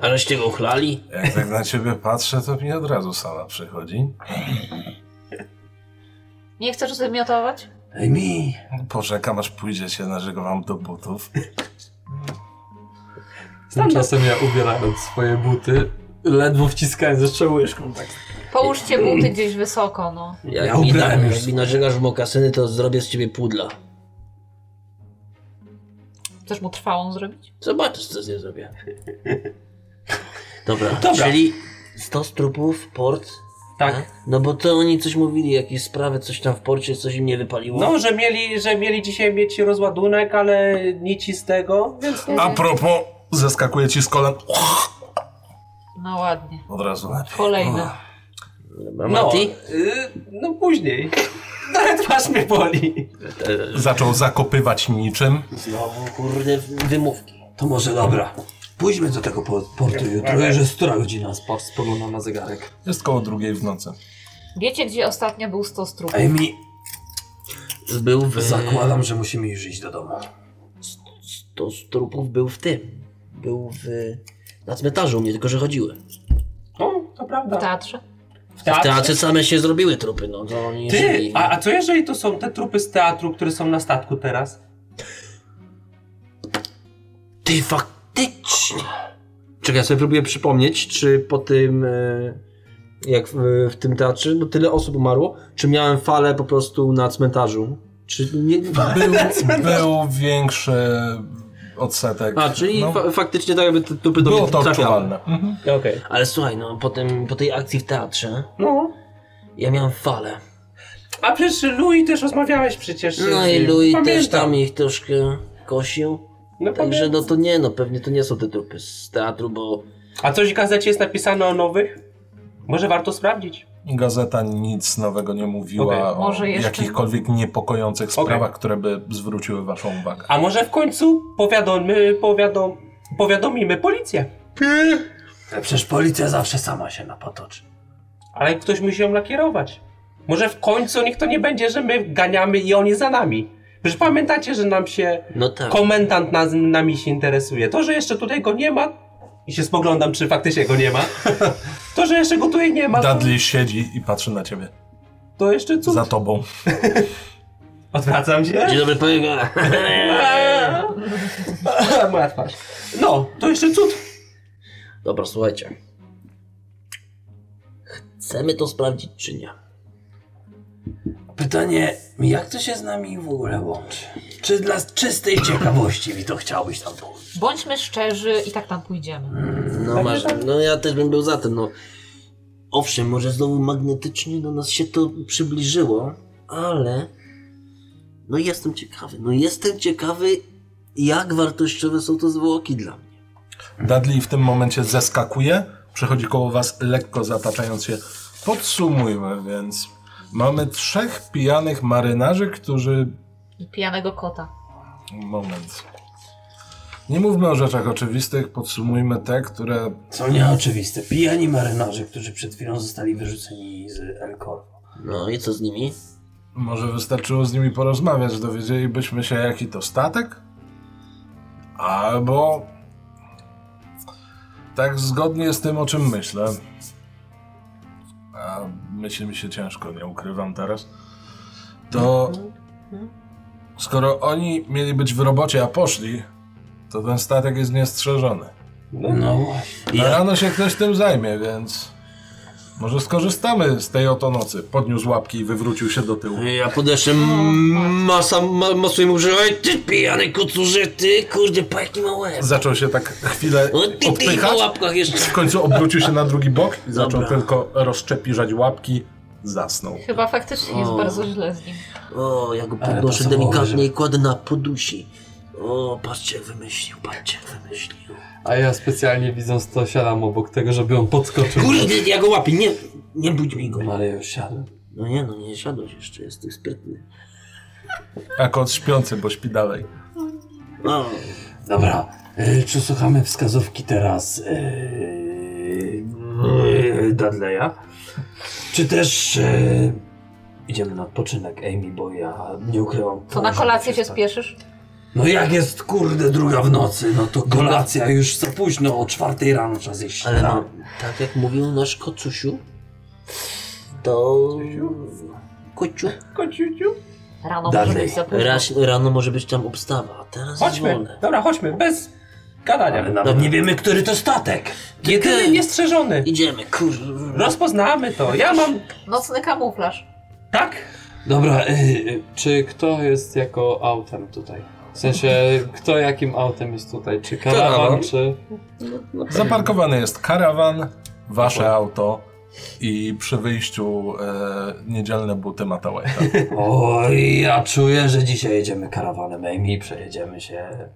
Speaker 3: Aleście go chlali?
Speaker 1: Jak tak na ciebie patrzę, to mi od razu sama przychodzi.
Speaker 5: Nie chcesz zmiotować?
Speaker 4: Ej mi.
Speaker 1: Poczekam, aż pójdziecie, narzekam wam do butów.
Speaker 2: Tymczasem ja ubierając swoje buty, łyżką, wciskając jeszcze łyżką. Tak.
Speaker 5: Połóżcie buty gdzieś wysoko, no.
Speaker 3: Jak
Speaker 4: Ja
Speaker 3: mi, na,
Speaker 4: ubrałem już.
Speaker 3: jak mi narzekasz w mokasyny, to zrobię z ciebie pudla.
Speaker 5: Chcesz mu trwałą zrobić?
Speaker 3: Zobaczysz, co z niej zrobię. Dobra,
Speaker 6: Dobra.
Speaker 3: czyli stos trupów, port.
Speaker 6: Tak.
Speaker 3: No bo to oni coś mówili, jakieś sprawy, coś tam w porcie, coś im nie wypaliło.
Speaker 6: No, że mieli, że mieli dzisiaj mieć rozładunek, ale nici z tego, więc
Speaker 1: A propos, zeskakuje ci z kolan.
Speaker 5: No ładnie.
Speaker 1: Od razu lepiej.
Speaker 5: Kolejne.
Speaker 3: Dobra,
Speaker 6: no,
Speaker 3: Mati?
Speaker 6: y, no później. Ale twarz mnie boli.
Speaker 1: Zaczął zakopywać niczym.
Speaker 3: Znowu, kurde, wymówki.
Speaker 4: To może dobra. Pójdźmy do tego po- portu jutro. Już jest która godzina?
Speaker 2: Spo- Spoglądam na zegarek.
Speaker 1: Jest koło drugiej w nocy.
Speaker 5: Wiecie, gdzie ostatnio był stos trupów?
Speaker 4: Ej mi.
Speaker 3: Był
Speaker 6: Y.
Speaker 3: w...
Speaker 4: Zakładam, że musimy już iść do domu.
Speaker 3: To z trupów był w tym. Był w... Na cmentarzu u mnie, tylko że chodziły.
Speaker 6: No, to prawda.
Speaker 5: W teatrze?
Speaker 6: W
Speaker 3: W
Speaker 6: teatrze.
Speaker 3: teatrze same się zrobiły trupy, no to oni
Speaker 6: Tak? Ty,
Speaker 3: szli.
Speaker 6: a, a co jeżeli to są te trupy z teatru, które są na statku teraz?
Speaker 3: Ty faktycznie!
Speaker 7: Czekaj, ja sobie próbuję przypomnieć, czy po tym, e, jak w, w tym teatrze, no tyle osób umarło, czy miałem falę po prostu na cmentarzu? Czy nie,
Speaker 6: No.
Speaker 7: był...
Speaker 1: Był większy odsetek.
Speaker 7: A, czyli
Speaker 1: No,
Speaker 7: fa faktycznie tak jakby te tupy do
Speaker 1: było
Speaker 7: mnie
Speaker 1: to
Speaker 7: trafiały.
Speaker 1: odczuwalne. Mhm.
Speaker 7: Okej.
Speaker 3: Ale słuchaj, no po, tym, po tej akcji w teatrze
Speaker 6: No.
Speaker 3: ja miałem falę.
Speaker 6: A przecież Louis też rozmawiałeś przecież. z
Speaker 3: No i
Speaker 6: nim.
Speaker 3: Louis
Speaker 6: Pamiętam.
Speaker 3: też tam ich troszkę kosił.
Speaker 6: No,
Speaker 3: Także
Speaker 6: pamiętam.
Speaker 3: no to nie, no pewnie to nie są te trupy z teatru, bo
Speaker 6: A coś w gazecie jest napisane o nowych? Może warto sprawdzić.
Speaker 1: Gazeta nic nowego nie mówiła o
Speaker 6: Okej.
Speaker 5: Może jeszcze-
Speaker 1: jakichkolwiek niepokojących
Speaker 6: Okej.
Speaker 1: sprawach, które by zwróciły waszą uwagę.
Speaker 6: A może w końcu powiadomy, powiadom, powiadomimy policję.
Speaker 4: Ale Przecież policja zawsze sama się napotoczy.
Speaker 6: Ale ktoś musi ją lakierować. Może w końcu niech to nie będzie, że my ganiamy i oni za nami. Przecież pamiętacie, że nam się
Speaker 3: no tak.
Speaker 6: komentant nas, nami się interesuje. To, że jeszcze tutaj go nie ma, i się spoglądam, czy faktycznie go nie ma, to, że jeszcze go tutaj nie ma, to,
Speaker 1: Dudley siedzi i patrzy na ciebie.
Speaker 6: to jeszcze cud.
Speaker 1: Za tobą.
Speaker 6: Odwracam się.
Speaker 3: Dzień dobry, panie.
Speaker 6: Eee, Moja twarz. No, to jeszcze cud.
Speaker 3: Dobra, słuchajcie. Chcemy to sprawdzić czy nie?
Speaker 4: Pytanie, jak to się z nami w ogóle łączy? Czy dla czystej ciekawości mi to chciałbyś tam pójść?
Speaker 5: Bądźmy szczerzy i tak tam pójdziemy.
Speaker 3: No masz, no ja też bym był za tym, no. Owszem, może znowu magnetycznie do nas się to przybliżyło, ale no jestem ciekawy, no jestem ciekawy jak wartościowe są to zwłoki dla mnie.
Speaker 1: Dudley w tym momencie zeskakuje, przechodzi koło was lekko zataczając się. Podsumujmy więc. Mamy trzech pijanych marynarzy, którzy...
Speaker 5: I pijanego kota.
Speaker 1: Moment. Nie mówmy o rzeczach oczywistych, podsumujmy te, które...
Speaker 4: Są nieoczywiste. Pijani marynarze, którzy przed chwilą zostali wyrzuceni z El Corvo.
Speaker 3: No i co z nimi?
Speaker 1: Może wystarczyło z nimi porozmawiać, dowiedzielibyśmy się jaki to statek? Albo... Tak zgodnie z tym, o czym myślę. A myśli mi się ciężko, nie ukrywam teraz. To... Skoro oni mieli być w robocie, a poszli, to ten statek jest niestrzeżony.
Speaker 4: No właśnie.
Speaker 1: A rano się ktoś tym zajmie, więc... Może skorzystamy z tej oto nocy. Podniósł łapki i wywrócił się do
Speaker 4: No.
Speaker 1: tyłu.
Speaker 7: Ja podeszłem, masa, ma, masuję mu brzuch, ej, ty pijany kucurze, ty kurde, pa jaki ma łeb.
Speaker 1: Zaczął się tak chwilę
Speaker 3: No ty, ty po
Speaker 1: odpychać.
Speaker 3: łapkach jeszcze.
Speaker 1: W końcu obrócił się na drugi bok i zaczął
Speaker 3: Dobra.
Speaker 1: tylko rozszczepiżać łapki. Zasnął.
Speaker 5: Chyba faktycznie jest
Speaker 3: O.
Speaker 5: bardzo źle z nim.
Speaker 3: O, ja go
Speaker 4: Ale
Speaker 3: podnoszę
Speaker 4: to co
Speaker 3: delikatnie
Speaker 4: może?
Speaker 3: i kładę na podusi. O, patrzcie jak wymyślił, patrzcie jak wymyślił.
Speaker 2: A ja specjalnie widząc to siadam obok tego, żeby on podskoczył.
Speaker 3: Kurde,
Speaker 6: tak.
Speaker 3: ja go łapię, nie, nie budź mi go.
Speaker 2: Ale ja już siadłem.
Speaker 3: No nie no, nie siadłeś jeszcze, jesteś sprytny.
Speaker 1: A kot śpiący, bo śpi dalej.
Speaker 3: O,
Speaker 4: Dobra, y, czy słuchamy wskazówki teraz yy, yy, Dudleya? Czy też y, idziemy na odpoczynek, Amy, bo ja nie ukrywam.
Speaker 5: To na
Speaker 4: położę
Speaker 5: kolację się
Speaker 4: tak-
Speaker 5: spieszysz?
Speaker 4: No jak jest kurde druga w nocy, no to kolacja już za późno, o czwartej rano czas jeść.
Speaker 3: Ale no,
Speaker 4: śniadanie.
Speaker 3: tak jak mówił nasz kocusiu, to... Kociu?
Speaker 5: Rano
Speaker 4: Dalej.
Speaker 5: może być za późno.
Speaker 3: Raz, rano może być tam obstawa, a teraz jest
Speaker 6: Chodźmy,
Speaker 3: wolne.
Speaker 6: dobra, chodźmy, bez gadania.
Speaker 4: Ale nawet nie wiemy, który to statek.
Speaker 6: Jedyny niestrzeżony.
Speaker 3: Idziemy, kurwa.
Speaker 6: Rozpoznamy to. Ja mam.
Speaker 5: Nocny kamuflaż.
Speaker 6: Tak?
Speaker 2: Dobra, y, y, czy kto jest jako autem tutaj? W sensie, kto jakim autem jest tutaj? Czy karawan,
Speaker 7: Karawan.
Speaker 2: czy...
Speaker 3: No
Speaker 1: Zaparkowany jest karawan, wasze auto i przy wyjściu e, niedzielne buty Matałajka.
Speaker 4: Oj, ja czuję, że dzisiaj jedziemy karawanem Amy, przejedziemy się.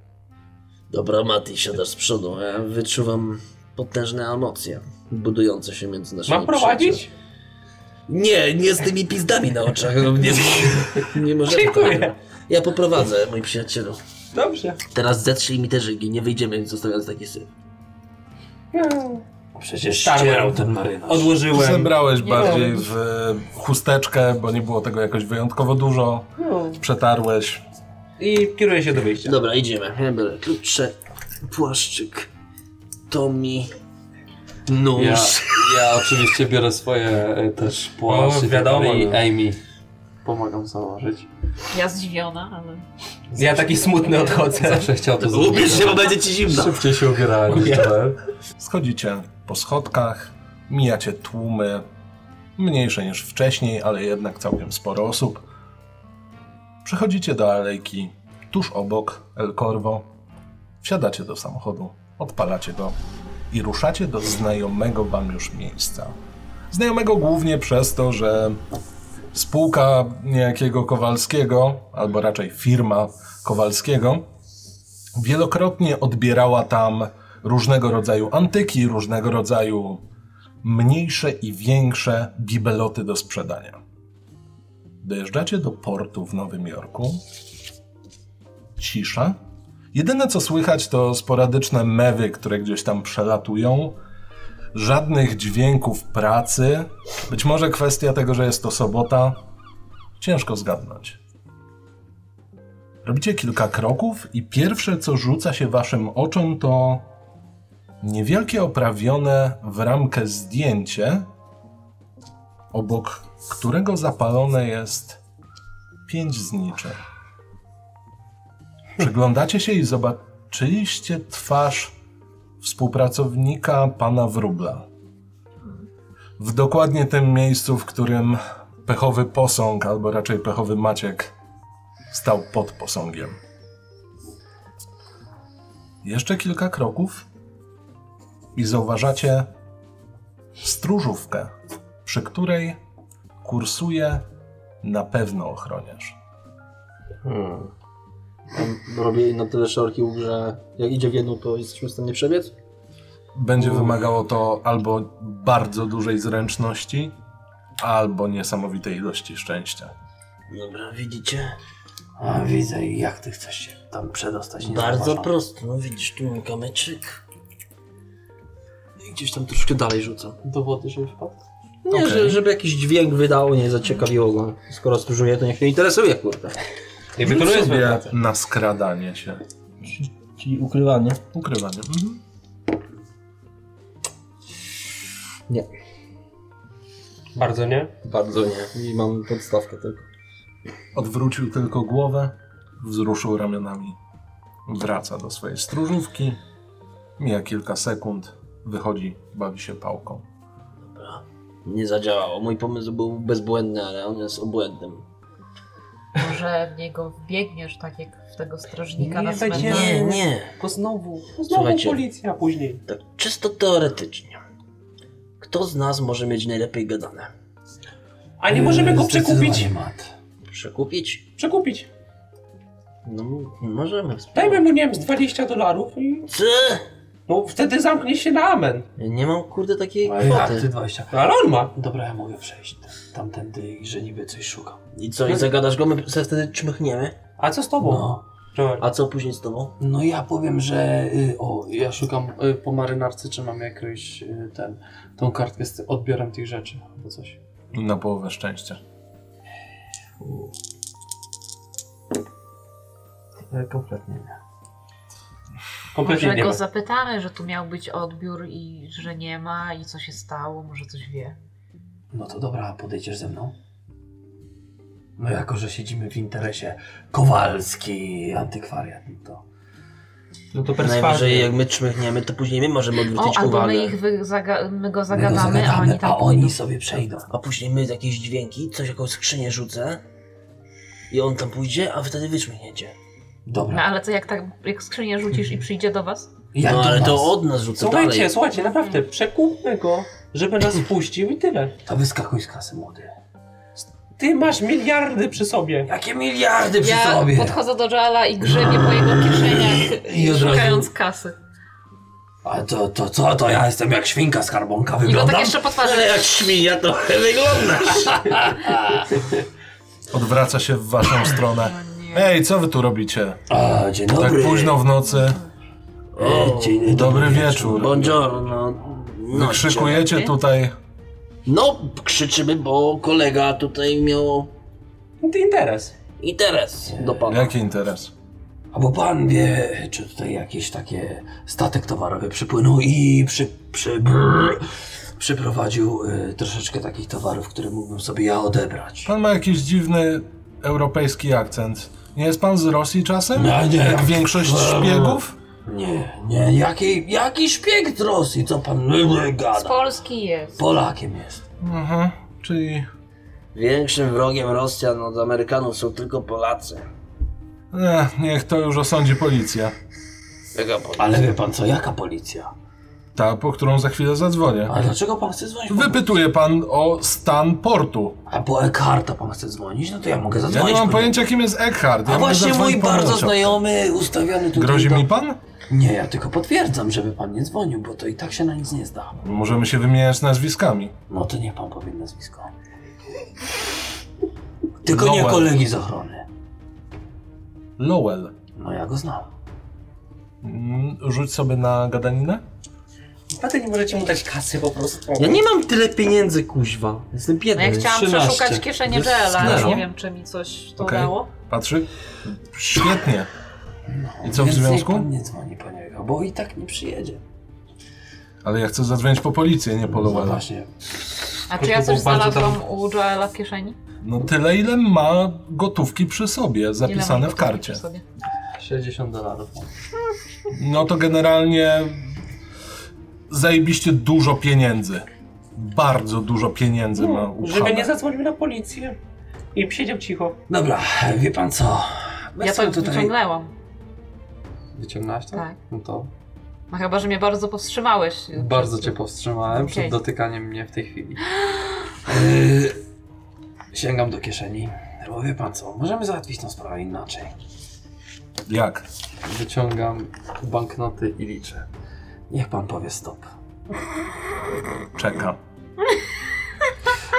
Speaker 3: Dobra, Mati, siadasz z przodu, a ja wyczuwam potężne emocje budujące się między naszymi
Speaker 6: Mam prowadzić?
Speaker 3: przyjaciółmi. Nie, nie z tymi pizdami na oczach. no Nie, nie możemy.
Speaker 6: Dziękuję.
Speaker 3: Ja poprowadzę, mój przyjacielu.
Speaker 6: Dobrze.
Speaker 3: Teraz zetrzyj mi te żygi, nie wyjdziemy zostawiając taki syf.
Speaker 4: Przecież
Speaker 6: Starłem.
Speaker 4: ścierał ten marynarz.
Speaker 6: Odłożyłem.
Speaker 1: Zebrałeś
Speaker 6: Nie
Speaker 1: bardziej
Speaker 6: wiem.
Speaker 1: w e, chusteczkę, bo nie było tego jakoś wyjątkowo dużo.
Speaker 6: No.
Speaker 1: Przetarłeś.
Speaker 6: I kieruję się do
Speaker 7: Tak.
Speaker 6: wyjścia.
Speaker 3: Dobra, idziemy. Ja biorę klucze, płaszczyk, Tommy, nóż.
Speaker 2: Ja, ja oczywiście biorę swoje y, też płaszczy
Speaker 6: O, wiadomo,
Speaker 2: i
Speaker 6: no.
Speaker 2: Amy. Pomagam założyć.
Speaker 5: Ja zdziwiona, ale...
Speaker 6: Ja taki smutny odchodzę.
Speaker 2: Zawsze chciał to
Speaker 3: Ubierz się, bo będzie ci zimno.
Speaker 2: Szybciej się ubierałem. niż
Speaker 6: Ja.
Speaker 2: chciałem.
Speaker 1: Schodzicie po schodkach, mijacie tłumy, mniejsze niż wcześniej, ale jednak całkiem sporo osób. Przechodzicie do alejki, tuż obok El Corvo, wsiadacie do samochodu, odpalacie go i ruszacie do znajomego wam już miejsca. Znajomego głównie przez to, że spółka niejakiego Kowalskiego, albo raczej firma Kowalskiego, wielokrotnie odbierała tam różnego rodzaju antyki, różnego rodzaju mniejsze i większe bibeloty do sprzedania. Dojeżdżacie do portu w Nowym Jorku. Cisza. Jedyne co słychać to sporadyczne mewy, które gdzieś tam przelatują. Żadnych dźwięków pracy. Być może kwestia tego, że jest to sobota. Ciężko zgadnąć. Robicie kilka kroków i pierwsze, co rzuca się waszym oczom, to niewielkie oprawione w ramkę zdjęcie, obok którego zapalone jest pięć zniczy. Przyglądacie się i zobaczyliście twarz współpracownika pana Wróbla. W dokładnie tym miejscu, w którym pechowy posąg, albo raczej pechowy Maciek, stał pod posągiem. Jeszcze kilka kroków i zauważacie stróżówkę, przy której kursuje na pewno ochroniarz.
Speaker 7: Hmm. Robię na tyle szeroki łuk, że jak idzie w jedną, to jesteśmy w stanie przebiec?
Speaker 1: Będzie wymagało to albo bardzo dużej zręczności, albo niesamowitej ilości szczęścia.
Speaker 3: Dobra, widzicie?
Speaker 4: A widzę, jak ty chcesz się tam przedostać. nie
Speaker 3: Bardzo
Speaker 4: zauważam.
Speaker 3: prosto. No widzisz, tu mam kamyczek.
Speaker 7: I Gdzieś tam troszkę dalej rzucam.
Speaker 2: Do wody, żeby wpadł.
Speaker 7: Nie,
Speaker 1: Okej.
Speaker 7: że, żeby jakiś dźwięk wydało, nie zaciekawiło go. Skoro stróżuje, to niech nie interesuje, kurde.
Speaker 6: I
Speaker 1: Rzuć
Speaker 6: wykonuję swoją
Speaker 1: sobie
Speaker 6: pracę.
Speaker 1: na skradanie się.
Speaker 7: Czyli ukrywanie.
Speaker 1: Ukrywanie. Mhm.
Speaker 6: Bardzo nie?
Speaker 7: Bardzo nie. I mam podstawkę tylko.
Speaker 1: Odwrócił tylko głowę, wzruszył ramionami. Wraca do swojej stróżówki. Mija kilka sekund, wychodzi, bawi się pałką.
Speaker 3: Nie zadziałało. Mój pomysł był bezbłędny, ale on jest obłędnym.
Speaker 5: Może w niego wbiegniesz, tak jak w tego strażnika
Speaker 6: Nie
Speaker 5: na
Speaker 6: będzie-
Speaker 5: cmentarzu.
Speaker 3: Nie, nie.
Speaker 6: Tylko znowu, znowu
Speaker 3: Słuchajcie.
Speaker 6: policja później.
Speaker 3: Tak czysto teoretycznie. Kto z nas może mieć najlepiej gadane?
Speaker 6: A nie możemy go przekupić.
Speaker 4: Yy, Zdecydowanie, Mat.
Speaker 3: Przekupić?
Speaker 6: Przekupić.
Speaker 3: No, możemy.
Speaker 5: Tak
Speaker 6: Dajmy mu, nie wiem, z 20 dolarów i
Speaker 3: Co?
Speaker 6: no wtedy zamknie się na amen.
Speaker 3: Ja nie mam kurde takiej
Speaker 4: A jak ty
Speaker 3: kwoty.
Speaker 4: 20?
Speaker 6: No, ale on ma.
Speaker 4: Dobra, ja mogę przejść tamtędy, że niby coś szukam.
Speaker 3: I co, i zagadasz go, my se wtedy czmychniemy?
Speaker 6: A co z tobą?
Speaker 4: No,
Speaker 6: Joel?
Speaker 3: A co później z tobą?
Speaker 4: no ja powiem, że... y, O, ja szukam y, po marynarce, czy mam jakąś y, ten... Tą kartkę z odbiorem tych rzeczy, albo coś.
Speaker 1: Na połowę szczęścia.
Speaker 4: Kompletnie nie.
Speaker 6: Kompletnie
Speaker 5: Może
Speaker 6: nie ma.
Speaker 5: go zapytamy, że tu miał być odbiór i że nie ma i co się stało, może coś wie.
Speaker 4: No to dobra, podejdziesz ze mną? No jako, że siedzimy w interesie Kowalski antykwariat, no to...
Speaker 6: No to
Speaker 3: Najwyżej
Speaker 6: perswazja.
Speaker 3: jak my czmychniemy, to później my możemy
Speaker 5: O,
Speaker 3: odwrócić
Speaker 5: albo
Speaker 3: uwagę.
Speaker 5: my, ich wy- zaga- my go
Speaker 4: my go
Speaker 5: zagadamy, a oni tak tam
Speaker 4: a oni sobie przejdą.
Speaker 3: A później my jakieś dźwięki, coś jakąś skrzynię rzucę i on tam pójdzie, a wy wtedy wyszmychniecie.
Speaker 5: No
Speaker 4: Dobra,
Speaker 5: ale co, jak tak, jak skrzynię rzucisz i przyjdzie do was?
Speaker 4: ja
Speaker 3: no
Speaker 4: do
Speaker 3: ale
Speaker 4: was.
Speaker 3: to od nas rzucę
Speaker 6: Słuchajcie,
Speaker 3: dalej.
Speaker 6: słuchajcie, naprawdę, przekupmy go, żeby nas wpuścił i tyle.
Speaker 4: To wyskakuj z kasy, młody.
Speaker 6: Ty masz miliardy przy sobie.
Speaker 4: Jakie miliardy przy
Speaker 5: Ja
Speaker 4: sobie!
Speaker 5: podchodzę do Joela i grzebię po jego kieszeniach,
Speaker 4: I od razu-
Speaker 5: szukając kasy.
Speaker 4: A to, to co, to ja jestem jak świnka skarbonka,
Speaker 5: I go
Speaker 4: wyglądam?
Speaker 5: tak jeszcze po twarzy.
Speaker 3: jak świnia to wyglądasz.
Speaker 1: Odwraca się w waszą stronę. Ej, co wy tu robicie?
Speaker 4: A, dzień
Speaker 1: Tak
Speaker 4: dobry. No,
Speaker 1: późno w nocy.
Speaker 4: E, dzień,
Speaker 1: Dobry wieczór.
Speaker 3: Buongiorno. No,
Speaker 1: Wykrzykujecie tutaj.
Speaker 3: No, krzyczymy, bo kolega tutaj miał
Speaker 6: To interes.
Speaker 3: interes do pana.
Speaker 1: Jaki interes?
Speaker 4: A bo pan wie, czy tutaj jakiś takie statek towarowy przypłynął i przy, przy, brrr, przyprowadził y, troszeczkę takich towarów, które mógłbym sobie ja odebrać.
Speaker 1: Pan ma jakiś dziwny europejski akcent. Nie jest pan z Rosji czasem?
Speaker 4: No, Nie, nie.
Speaker 1: Jak większość szpiegów?
Speaker 4: Nie, nie, jaki, jaki szpieg z Rosji, co pan y,
Speaker 5: Z
Speaker 4: gada?
Speaker 5: Polski jest.
Speaker 4: Polakiem jest.
Speaker 1: Mhm. Czyli
Speaker 3: Większym wrogiem Rosjan od Amerykanów są tylko Polacy.
Speaker 1: e, niech to już osądzi policja.
Speaker 3: Jaka Polacy?
Speaker 4: Ale wie pan co, jaka policja?
Speaker 1: Ta, po którą za chwilę zadzwonię.
Speaker 4: A dlaczego pan chce dzwonić?
Speaker 1: Wypytuje pan o stan portu.
Speaker 4: A po Eckharta pan chce dzwonić? No to ja mogę
Speaker 1: Ja
Speaker 4: zadzwonić.
Speaker 1: nie mam
Speaker 4: po-
Speaker 1: pojęcia, kim jest Eckhart. Ja mogę
Speaker 4: A właśnie
Speaker 1: zadzwonić
Speaker 4: mój
Speaker 1: panu
Speaker 4: bardzo
Speaker 1: ludziom.
Speaker 4: znajomy ustawiony tutaj
Speaker 1: Grozi
Speaker 4: do-
Speaker 1: mi pan?
Speaker 4: Nie, ja tylko potwierdzam, żeby pan nie dzwonił, bo to i tak się na nic nie zda.
Speaker 1: Możemy się wymieniać nazwiskami.
Speaker 4: No to niech pan powie nazwisko. Tylko nie
Speaker 1: Noel.
Speaker 4: kolegi z ochrony.
Speaker 1: Lowell.
Speaker 4: No ja go znam.
Speaker 1: Mm, Rzuć sobie na gadaninę.
Speaker 6: Naprawdę nie możecie mu dać kasy po prostu.
Speaker 7: Ja nie mam tyle pieniędzy, kuźwa. Jestem
Speaker 5: No
Speaker 7: biedny.
Speaker 5: ja chciałam
Speaker 2: 13.
Speaker 5: przeszukać kieszenie Joela, ale
Speaker 1: skleru.
Speaker 5: nie wiem, czy mi coś to
Speaker 1: Okej.
Speaker 5: dało.
Speaker 1: Patrzy. Świetnie. I co w
Speaker 4: Więc niech
Speaker 1: związku?
Speaker 4: pan nie dzwoni po niego, bo i tak nie przyjedzie.
Speaker 1: Ale ja chcę zadzwonić po policję, nie po
Speaker 4: No
Speaker 1: Lowella.
Speaker 4: właśnie.
Speaker 5: A czy ja
Speaker 6: To
Speaker 5: coś
Speaker 6: było bardzo
Speaker 5: znalazłam u Joela w kieszeni?
Speaker 1: No tyle, ile ma gotówki przy sobie,
Speaker 5: Ile mam
Speaker 1: zapisane w
Speaker 5: gotówki
Speaker 1: karcie.
Speaker 5: przy sobie?
Speaker 2: 60 dolarów.
Speaker 1: No to generalnie zajebiście dużo pieniędzy. bardzo dużo pieniędzy
Speaker 4: No,
Speaker 1: ma
Speaker 6: No, Żeby nie
Speaker 1: upchane.
Speaker 6: zadzwonił na policję. I siedział cicho.
Speaker 4: Dobra, wie pan co? Bez
Speaker 5: Ja to
Speaker 4: tutaj...
Speaker 5: wyciągnęłam,
Speaker 2: Wyciągnąłeś to?
Speaker 5: tak.
Speaker 2: No to
Speaker 5: No chyba, że mnie bardzo powstrzymałeś.
Speaker 2: bardzo cię powstrzymałem
Speaker 5: Okej.
Speaker 2: przed dotykaniem mnie w tej chwili. Y,
Speaker 4: Yy, sięgam do kieszeni. Bo wie pan co, możemy załatwić tą sprawę inaczej.
Speaker 1: Jak?
Speaker 2: Wyciągam banknoty i liczę.
Speaker 4: Niech pan powie stop.
Speaker 1: Czeka.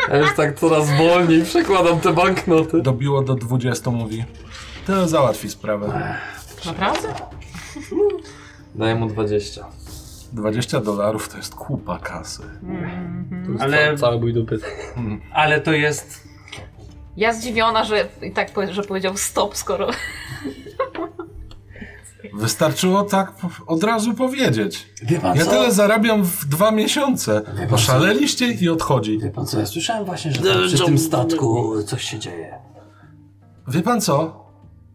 Speaker 2: Ja już tak coraz wolniej przekładam te banknoty.
Speaker 1: Dobiło do 20, mówi. To załatwi sprawę.
Speaker 5: Naprawdę?
Speaker 2: Daję mu 20.
Speaker 1: 20 dolarów to jest kupa kasy.
Speaker 5: Mhm.
Speaker 6: Ale,
Speaker 7: Cały bój dupy. Hmm.
Speaker 6: ale to jest...
Speaker 5: Ja zdziwiona, że i tak powie- że powiedział stop, skoro
Speaker 1: Wystarczyło tak p- od razu powiedzieć.
Speaker 4: Wie pan
Speaker 1: Ja
Speaker 4: co?
Speaker 1: tyle zarabiam w dwa miesiące.
Speaker 4: pan co?
Speaker 1: Poszaleliście i odchodzi.
Speaker 4: Wie pan co, ja słyszałem właśnie, że tam przy tym statku coś się dzieje.
Speaker 1: Wie pan co?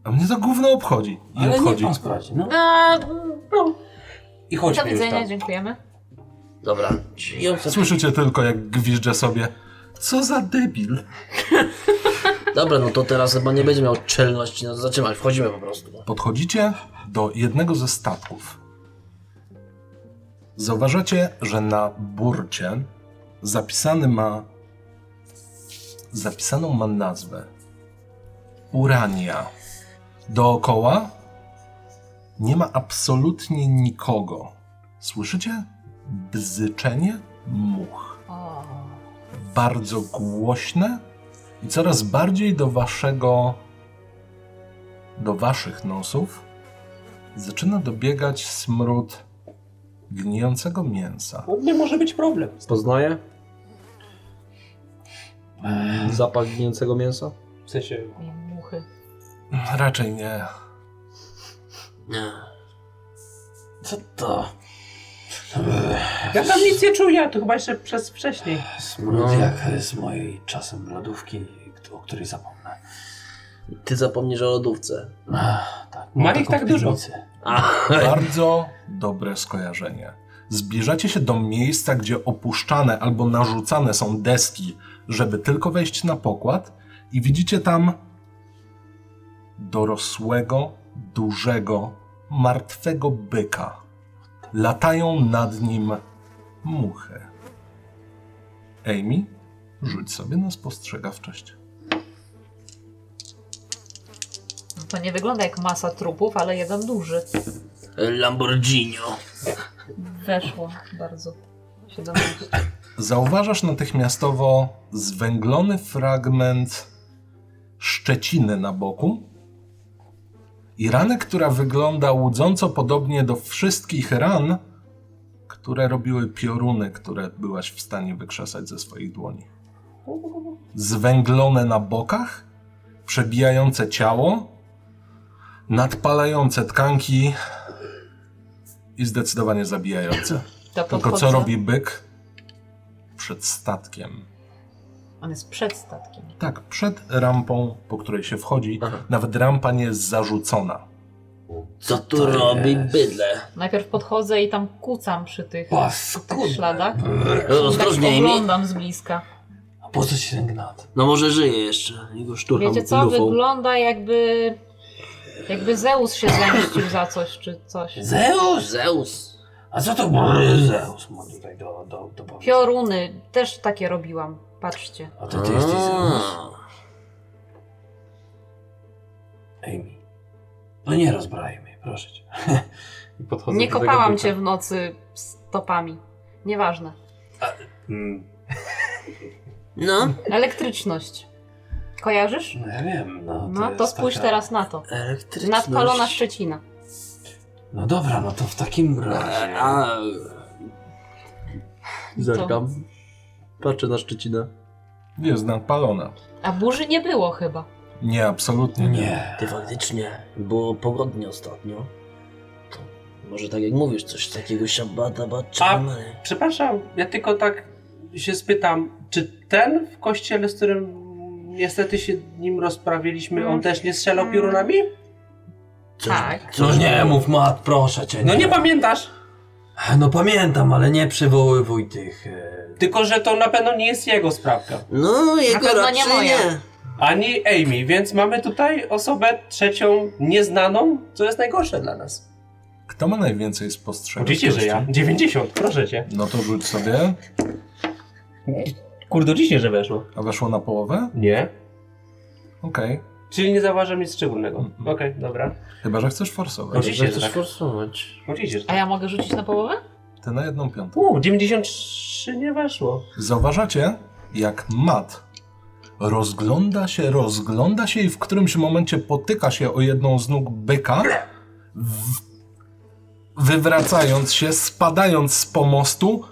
Speaker 1: A mnie to gówno obchodzi. I
Speaker 4: Ale niech
Speaker 1: odchodzi.
Speaker 4: pan sprawdzi, no.
Speaker 5: A, no,
Speaker 4: I
Speaker 5: do
Speaker 4: chodźmy już tam.
Speaker 5: widzenia, dziękujemy.
Speaker 3: Dobra. I on chce-
Speaker 1: Słyszycie tylko, jak gwizdże sobie. Co za debil.
Speaker 3: Dobra, no to teraz chyba nie będzie miał czelności nas zatrzymać. Wchodzimy po prostu.
Speaker 1: Podchodzicie do jednego ze statków. Zauważacie, że na burcie zapisany ma. Zapisaną ma nazwę Urania. Dookoła nie ma absolutnie nikogo. Słyszycie bzyczenie much.
Speaker 5: O,
Speaker 1: Bardzo głośne i coraz bardziej do waszego do waszych nosów zaczyna dobiegać smród gnijącego mięsa.
Speaker 6: U mnie może być problem.
Speaker 7: Poznaję? Zapach gnijącego mięsa?
Speaker 6: Eee. W sensie...
Speaker 5: nie, muchy.
Speaker 1: Raczej nie.
Speaker 3: Nie.
Speaker 4: Co to?
Speaker 6: Ja tam nic nie czuję, to chyba jeszcze przez wcześniej.
Speaker 4: Smród
Speaker 3: No.
Speaker 4: jak z mojej czasem lodówki, o której zapomnę.
Speaker 3: Ty zapomnisz o lodówce.
Speaker 4: Ach, tak,
Speaker 6: Ma
Speaker 4: mam
Speaker 6: ich
Speaker 4: taką
Speaker 6: tak dużo.
Speaker 4: piwnicę.
Speaker 3: A,
Speaker 1: Bardzo dobre skojarzenie. Zbliżacie się do miejsca, gdzie opuszczane albo narzucane są deski, żeby tylko wejść na pokład i widzicie tam dorosłego, dużego, martwego byka. Latają nad nim muchy. Amy, rzuć sobie na spostrzegawczość.
Speaker 5: No to nie wygląda jak masa trupów, ale jeden duży.
Speaker 3: Lamborghini.
Speaker 5: Weszło bardzo. 17.
Speaker 1: Zauważasz natychmiastowo zwęglony fragment szczeciny na boku i ranę, która wygląda łudząco podobnie do wszystkich ran, które robiły pioruny, które byłaś w stanie wykrzesać ze swoich dłoni. Zwęglone na bokach, przebijające ciało, nadpalające tkanki i zdecydowanie zabijające.
Speaker 5: To
Speaker 1: Tylko
Speaker 5: podchodzę.
Speaker 1: co robi byk? Przed statkiem.
Speaker 5: On jest przed statkiem.
Speaker 1: Tak, przed rampą, po której się wchodzi.
Speaker 3: Aha.
Speaker 1: Nawet rampa nie jest zarzucona.
Speaker 3: Co tu
Speaker 4: to
Speaker 3: robi
Speaker 4: jest?
Speaker 3: bydle?
Speaker 5: Najpierw podchodzę i tam kucam przy tych, tych
Speaker 4: Paskudne.
Speaker 5: śladach.
Speaker 3: No,
Speaker 5: tak
Speaker 3: Ostrożniej mi.
Speaker 5: oglądam z bliska.
Speaker 4: A po co ci ten gnat?
Speaker 3: No może żyje jeszcze. Jego szturcham
Speaker 5: Wiecie co,
Speaker 3: lufą.
Speaker 5: wygląda jakby... Jakby Zeus się zemścił za coś, czy coś.
Speaker 4: Zeus!
Speaker 3: Zeus.
Speaker 4: A co to brrr, Zeus ma tutaj do, do, do powiedzenia?
Speaker 5: Pioruny, też takie robiłam, patrzcie.
Speaker 4: A to ty jesteś Zeus?
Speaker 3: A.
Speaker 4: Amy. No nie rozbraj mnie, proszę cię.
Speaker 2: I podchodzę
Speaker 5: Nie
Speaker 2: do tego
Speaker 5: kopałam
Speaker 2: byka.
Speaker 5: cię w nocy stopami. Nieważne.
Speaker 2: Mm,
Speaker 3: No,
Speaker 5: Elektryczność. Kojarzysz?
Speaker 4: No ja wiem, no to
Speaker 5: No
Speaker 4: jest
Speaker 5: to spójrz
Speaker 4: taka-
Speaker 5: teraz na to.
Speaker 3: elektryczność.
Speaker 5: Nadpalona Szczecina.
Speaker 4: No dobra, no to w takim razie...
Speaker 3: A,
Speaker 7: Zerkam. Patrzę na Szczecinę.
Speaker 1: Jest nadpalona.
Speaker 5: A burzy nie było chyba.
Speaker 1: Nie, absolutnie nie.
Speaker 4: Nie.
Speaker 3: ty faktycznie. Było pogodnie ostatnio. To może tak jak mówisz, coś takiego szabata baczamy.
Speaker 6: Przepraszam, ja tylko tak się spytam, czy ten w kościele, z którym niestety się nim rozprawiliśmy, on też nie strzelał piorunami?
Speaker 3: Coś-
Speaker 5: Tak.
Speaker 4: No nie mów, Mat, proszę cię.
Speaker 6: No nie pamiętasz!
Speaker 4: No pamiętam, ale nie przywoływuj tych... e,
Speaker 6: Tylko, że to na pewno nie jest jego sprawka.
Speaker 3: No, jego
Speaker 5: pewno nie
Speaker 3: raczej
Speaker 5: moja.
Speaker 3: nie.
Speaker 6: Ani Amy, więc mamy tutaj osobę trzecią nieznaną, co jest najgorsze dla nas.
Speaker 1: Kto ma najwięcej spostrzegawczości?
Speaker 6: Oczywiście, że ja. 90, proszę cię.
Speaker 1: No to rzuć sobie.
Speaker 6: Kurde, oczywiście, że weszło.
Speaker 1: A weszło na połowę?
Speaker 6: Nie.
Speaker 1: Okej.
Speaker 6: Czyli nie zauważam nic szczególnego.
Speaker 1: Mhm.
Speaker 6: Okej, dobra.
Speaker 1: Chyba, że chcesz forsować.
Speaker 6: Oczywiście, że
Speaker 7: chcesz
Speaker 6: tak.
Speaker 7: forsować.
Speaker 6: Oczywiście, że
Speaker 5: A
Speaker 6: tak.
Speaker 5: ja mogę rzucić na połowę?
Speaker 1: Ty na jedną piątą.
Speaker 6: U, 93 nie weszło.
Speaker 1: Zauważacie, jak Matt rozgląda się, rozgląda się i w którymś momencie potyka się o jedną z nóg byka, w... wywracając się, spadając z pomostu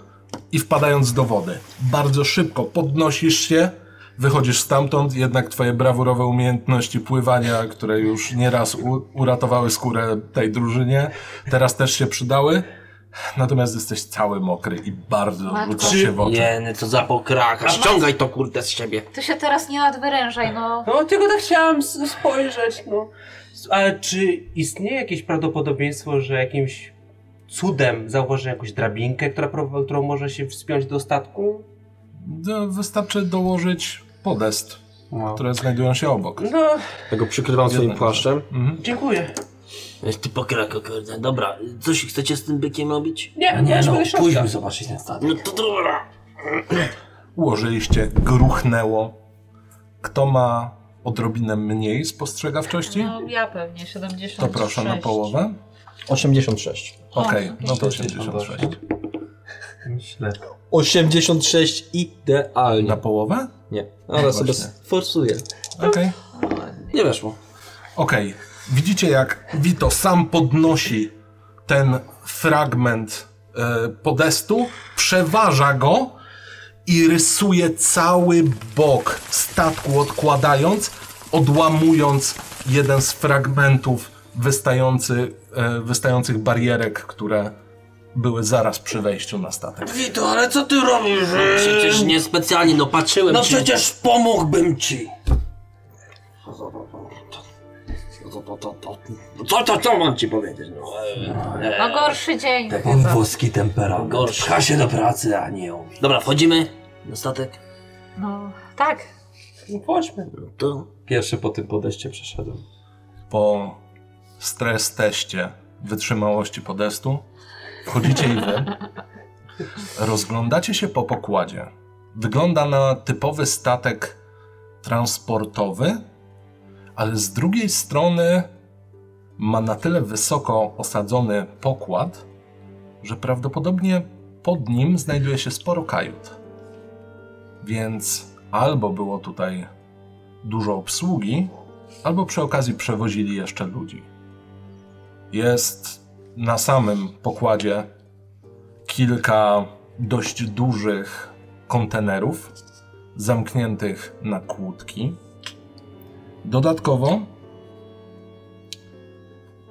Speaker 1: i wpadając do wody. Bardzo szybko podnosisz się, wychodzisz stamtąd, jednak twoje brawurowe umiejętności pływania, które już nieraz u- uratowały skórę tej drużynie, teraz też się przydały. Natomiast jesteś cały mokry i bardzo
Speaker 5: Matko.
Speaker 1: rzucasz się w oczy.
Speaker 3: Nie, no to zapał kraka. Ściągaj to kurde z siebie.
Speaker 5: Ty się teraz nie nadwyrężaj, no.
Speaker 6: No, tylko tak chciałam s- spojrzeć, no. S- Ale czy istnieje jakieś prawdopodobieństwo, że jakimś cudem zauważy jakąś drabinkę, która, prób- którą może się wspiąć do statku?
Speaker 1: No, Wystarczy dołożyć podest,
Speaker 6: No,
Speaker 1: które znajdują się obok.
Speaker 6: no
Speaker 7: Ja go przykrywam swoim
Speaker 1: Jednak.
Speaker 7: płaszczem.
Speaker 1: Mhm.
Speaker 6: dziękuję.
Speaker 3: Jest ty pokrako, kurde. Dobra, coś chcecie z tym bykiem robić?
Speaker 6: Nie, nie,
Speaker 4: Nie
Speaker 6: już
Speaker 4: no,
Speaker 6: będę środka.
Speaker 4: pójdźmy zobaczyć ten statek.
Speaker 3: No to dobra.
Speaker 1: Ułożyliście, gruchnęło. Kto ma odrobinę mniej spostrzegawczości,
Speaker 5: No ja pewnie, 76.
Speaker 1: to proszę na połowę.
Speaker 7: 86.
Speaker 1: Okej, no to 86.
Speaker 2: 86. Myślę.
Speaker 7: 86
Speaker 1: Na
Speaker 7: idealnie.
Speaker 1: połowę?
Speaker 7: Nie, ale sobie
Speaker 1: No. Właśnie.
Speaker 7: forsuję.
Speaker 1: Okej.
Speaker 7: Nie weszło.
Speaker 1: Okej. Widzicie, jak Vito sam podnosi ten fragment e, podestu, przeważa go i rysuje cały bok statku, odkładając, odłamując jeden z fragmentów wystający, e, wystających barierek, które były zaraz przy wejściu na statek.
Speaker 4: Wito, ale co ty robisz? e?
Speaker 3: Przecież nie specjalnie, no patrzyłem
Speaker 4: No
Speaker 3: ci.
Speaker 4: przecież pomógłbym ci.
Speaker 3: To, tak. No to, to, to. Co, to, co mam ci powiedzieć? No, e,
Speaker 5: No gorszy dzień.
Speaker 4: Tak mam włoski temperament.
Speaker 3: Gorszy.
Speaker 4: Pcha się do pracy, a nie umie.
Speaker 3: Dobra, wchodzimy na statek.
Speaker 5: No tak.
Speaker 6: No, Chodźmy.
Speaker 3: No to...
Speaker 2: Pierwszy po tym podejście przeszedłem.
Speaker 1: Po stres teście wytrzymałości podestu wchodzicie i wy. Rozglądacie się po pokładzie. Wygląda na typowy statek transportowy, ale z drugiej strony ma na tyle wysoko osadzony pokład, że prawdopodobnie pod nim znajduje się sporo kajut. Więc albo było tutaj dużo obsługi, albo przy okazji przewozili jeszcze ludzi. Jest na samym pokładzie kilka dość dużych kontenerów zamkniętych na kłódki. Dodatkowo,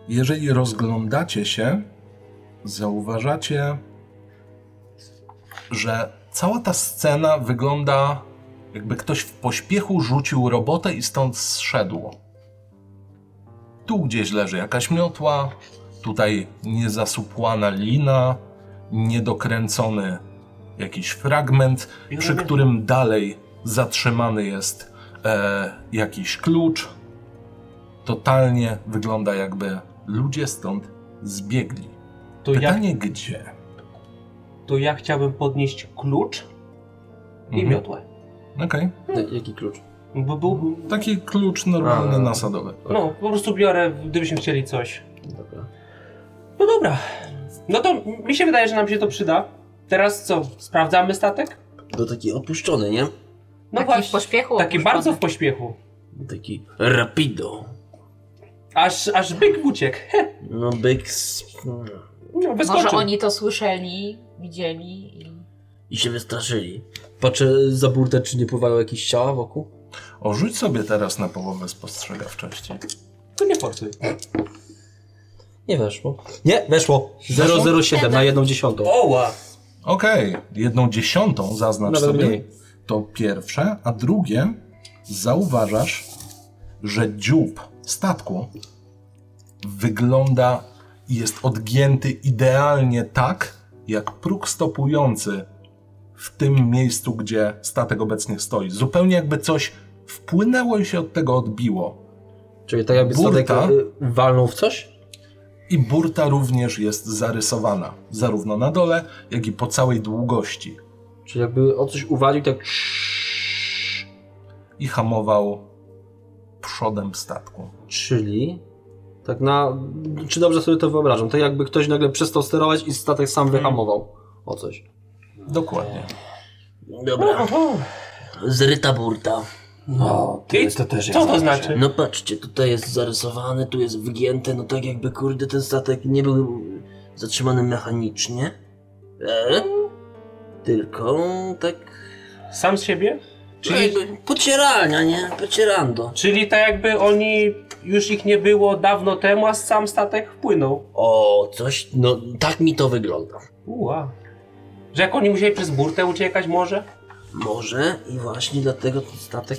Speaker 1: jeżeli rozglądacie się, zauważacie, że cała ta scena wygląda jakby ktoś w pośpiechu rzucił robotę i stąd zszedł. Tu gdzieś leży jakaś miotła, tutaj niezasupłana lina, niedokręcony jakiś fragment, przy którym dalej zatrzymany jest e, jakiś klucz. Totalnie wygląda jakby ludzie stąd zbiegli.
Speaker 6: To ja,
Speaker 1: Pytanie gdzie?
Speaker 6: to ja chciałbym podnieść klucz i
Speaker 1: Mhm.
Speaker 6: miotłę.
Speaker 1: Okej.
Speaker 3: Tak,
Speaker 7: Jaki klucz?
Speaker 6: Bo był...
Speaker 1: Taki klucz normalny,
Speaker 7: A.
Speaker 1: nasadowy.
Speaker 6: No, po prostu biorę, gdybyśmy chcieli coś.
Speaker 7: Dobra.
Speaker 6: No dobra. No to mi się wydaje, że nam się to przyda. Teraz co, sprawdzamy statek?
Speaker 3: To taki opuszczony, nie?
Speaker 6: No
Speaker 5: taki w
Speaker 6: właśnie.
Speaker 5: pośpiechu.
Speaker 6: Taki
Speaker 5: opuszczony.
Speaker 6: bardzo w pośpiechu.
Speaker 3: Taki rapido.
Speaker 6: Aż, aż byk uciekł. Heh,
Speaker 3: No byk z...
Speaker 6: no,
Speaker 5: Może
Speaker 6: wyskoczył.
Speaker 5: oni to słyszeli, widzieli i...
Speaker 3: i się wystraszyli.
Speaker 7: Patrzę za burtę, czy nie pływają jakieś ciała wokół.
Speaker 1: O, rzuć sobie teraz na połowę spostrzegawczości.
Speaker 6: To nie forsuj.
Speaker 7: Nie weszło. Nie, weszło. 007 na jedną dziesiątą.
Speaker 6: Oła!
Speaker 1: Okej, jedną dziesiątą zaznacz
Speaker 7: Nawet
Speaker 1: sobie.
Speaker 7: mniej.
Speaker 1: To pierwsze, a drugie zauważasz, że dziób statku wygląda i jest odgięty idealnie tak, jak próg stopujący w tym miejscu, gdzie statek obecnie stoi. Zupełnie jakby coś wpłynęło i się od tego odbiło.
Speaker 7: Czyli tak jakby statek
Speaker 1: Burta.
Speaker 7: y, walnął w coś?
Speaker 1: I burta również jest zarysowana, zarówno na dole, jak i po całej długości.
Speaker 7: Czyli jakby o coś uwalił tak...
Speaker 1: I hamował przodem statku.
Speaker 7: Czyli... Tak na... Czy dobrze sobie to wyobrażam? Tak jakby ktoś nagle przestał sterować i statek sam wyhamował o coś.
Speaker 1: Dokładnie.
Speaker 3: Dobra. Zryta burta.
Speaker 4: No, ty, to też jest
Speaker 6: Co to
Speaker 4: dobrze.
Speaker 6: znaczy?
Speaker 3: No patrzcie, tutaj jest zarysowane, tu jest wygięte, no tak jakby kurde ten statek nie był zatrzymany mechanicznie. E, tylko tak...
Speaker 6: Sam z siebie? Czyli,
Speaker 3: Czyli... Pocieralnia, nie? Pocierando.
Speaker 6: czyli tak jakby oni już ich nie było dawno temu, a sam statek wpłynął.
Speaker 3: O, coś... No tak mi to wygląda.
Speaker 6: Uła. Że jak oni musieli przez burtę uciekać może?
Speaker 3: Może i właśnie dlatego ten statek...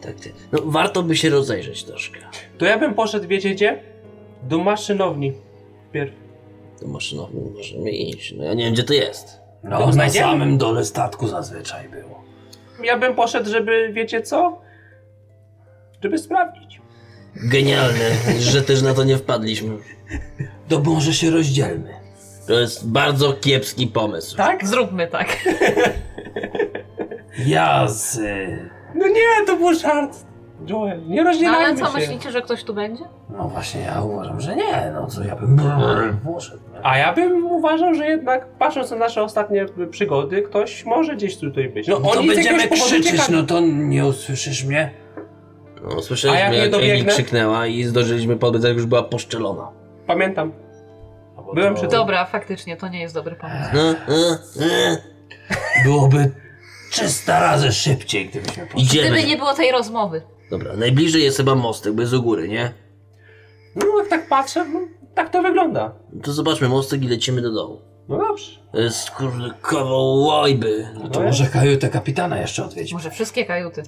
Speaker 3: Tak, tak. No warto by się rozejrzeć troszkę.
Speaker 6: To ja bym poszedł, wiecie gdzie? Do maszynowni. Pierw.
Speaker 3: Do maszynowni możemy no, iść. No ja nie wiem gdzie to jest.
Speaker 4: No, na
Speaker 6: Znajdziemy.
Speaker 4: samym dole statku zazwyczaj było.
Speaker 6: Ja bym poszedł, żeby, wiecie co? Żeby sprawdzić.
Speaker 3: Genialne, że też na to nie wpadliśmy.
Speaker 4: To może się rozdzielmy.
Speaker 3: To jest bardzo kiepski pomysł.
Speaker 6: Tak?
Speaker 5: Zróbmy tak.
Speaker 4: Ja z... y,
Speaker 6: No nie, to był żart. Joel, nie
Speaker 5: No
Speaker 6: rozdzielajmy
Speaker 5: ale co,
Speaker 6: się.
Speaker 5: myślicie, że ktoś tu będzie?
Speaker 4: No właśnie, ja uważam, że nie, no co ja bym... brrr, Poszedł.
Speaker 6: A ja bym uważał, że jednak, patrząc na nasze ostatnie przygody, ktoś może gdzieś tutaj być. No,
Speaker 4: No to
Speaker 6: oni z
Speaker 4: będziemy
Speaker 6: jakiegoś powodu
Speaker 4: krzyczeć,
Speaker 6: uciekają.
Speaker 4: no to nie usłyszysz mnie?
Speaker 3: No,
Speaker 6: A
Speaker 3: słyszeliśmy
Speaker 6: jak nie
Speaker 3: jak, Emil
Speaker 6: dobiegnę?
Speaker 3: krzyknęła i zdążyliśmy podbiec, jak już była poszczelona.
Speaker 4: no.
Speaker 6: Pamiętam.
Speaker 4: Albo
Speaker 6: Byłem
Speaker 4: to
Speaker 6: przy tym.
Speaker 5: Dobra, faktycznie, to nie jest dobry pomysł.
Speaker 3: E, e, e.
Speaker 4: Byłoby 300 razy szybciej, gdybyśmy poszli.
Speaker 3: Idziemy.
Speaker 5: Gdyby nie było tej rozmowy.
Speaker 3: Dobra, najbliżej jest chyba mostek, bo jest u góry, nie?
Speaker 6: No jak tak patrzę, no, tak to wygląda.
Speaker 3: To zobaczmy mostek i lecimy do dołu.
Speaker 6: No dobrze.
Speaker 3: To jest kurde kawał łajby.
Speaker 4: No to może kajutę kapitana jeszcze odwiedźmy.
Speaker 5: Może wszystkie kajuty.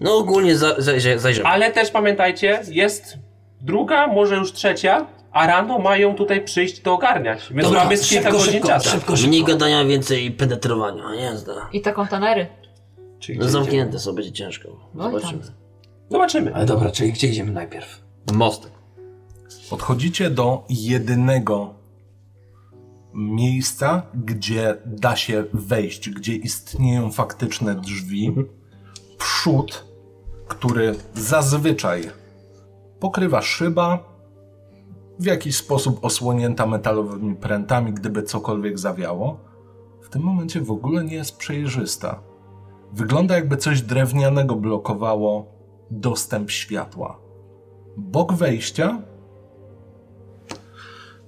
Speaker 3: No ogólnie za, za, za, zajrzymy.
Speaker 6: Ale też pamiętajcie, jest druga, może już trzecia, a rano mają tutaj przyjść to ogarniać. Więc
Speaker 4: Dobra,
Speaker 6: mamy z kilka
Speaker 4: szybko,
Speaker 6: godzin
Speaker 4: szybko,
Speaker 6: czasu.
Speaker 4: szybko, szybko.
Speaker 3: Mniej gadania, więcej penetrowania, nie zda.
Speaker 5: I te kontenery.
Speaker 6: Czyli
Speaker 3: No
Speaker 6: gdzie
Speaker 3: zamknięte są, będzie ciężko.
Speaker 5: No i tam.
Speaker 3: Zobaczymy.
Speaker 6: idziemy? Zobaczymy.
Speaker 4: Ale dobra, czyli gdzie idziemy najpierw?
Speaker 7: Mostek.
Speaker 1: Podchodzicie do jedynego miejsca, gdzie da się wejść, gdzie istnieją faktyczne drzwi. Przód, który zazwyczaj pokrywa szyba, w jakiś sposób osłonięta metalowymi prętami, gdyby cokolwiek zawiało, w tym momencie w ogóle nie jest przejrzysta. Wygląda jakby coś drewnianego blokowało dostęp światła. Bok wejścia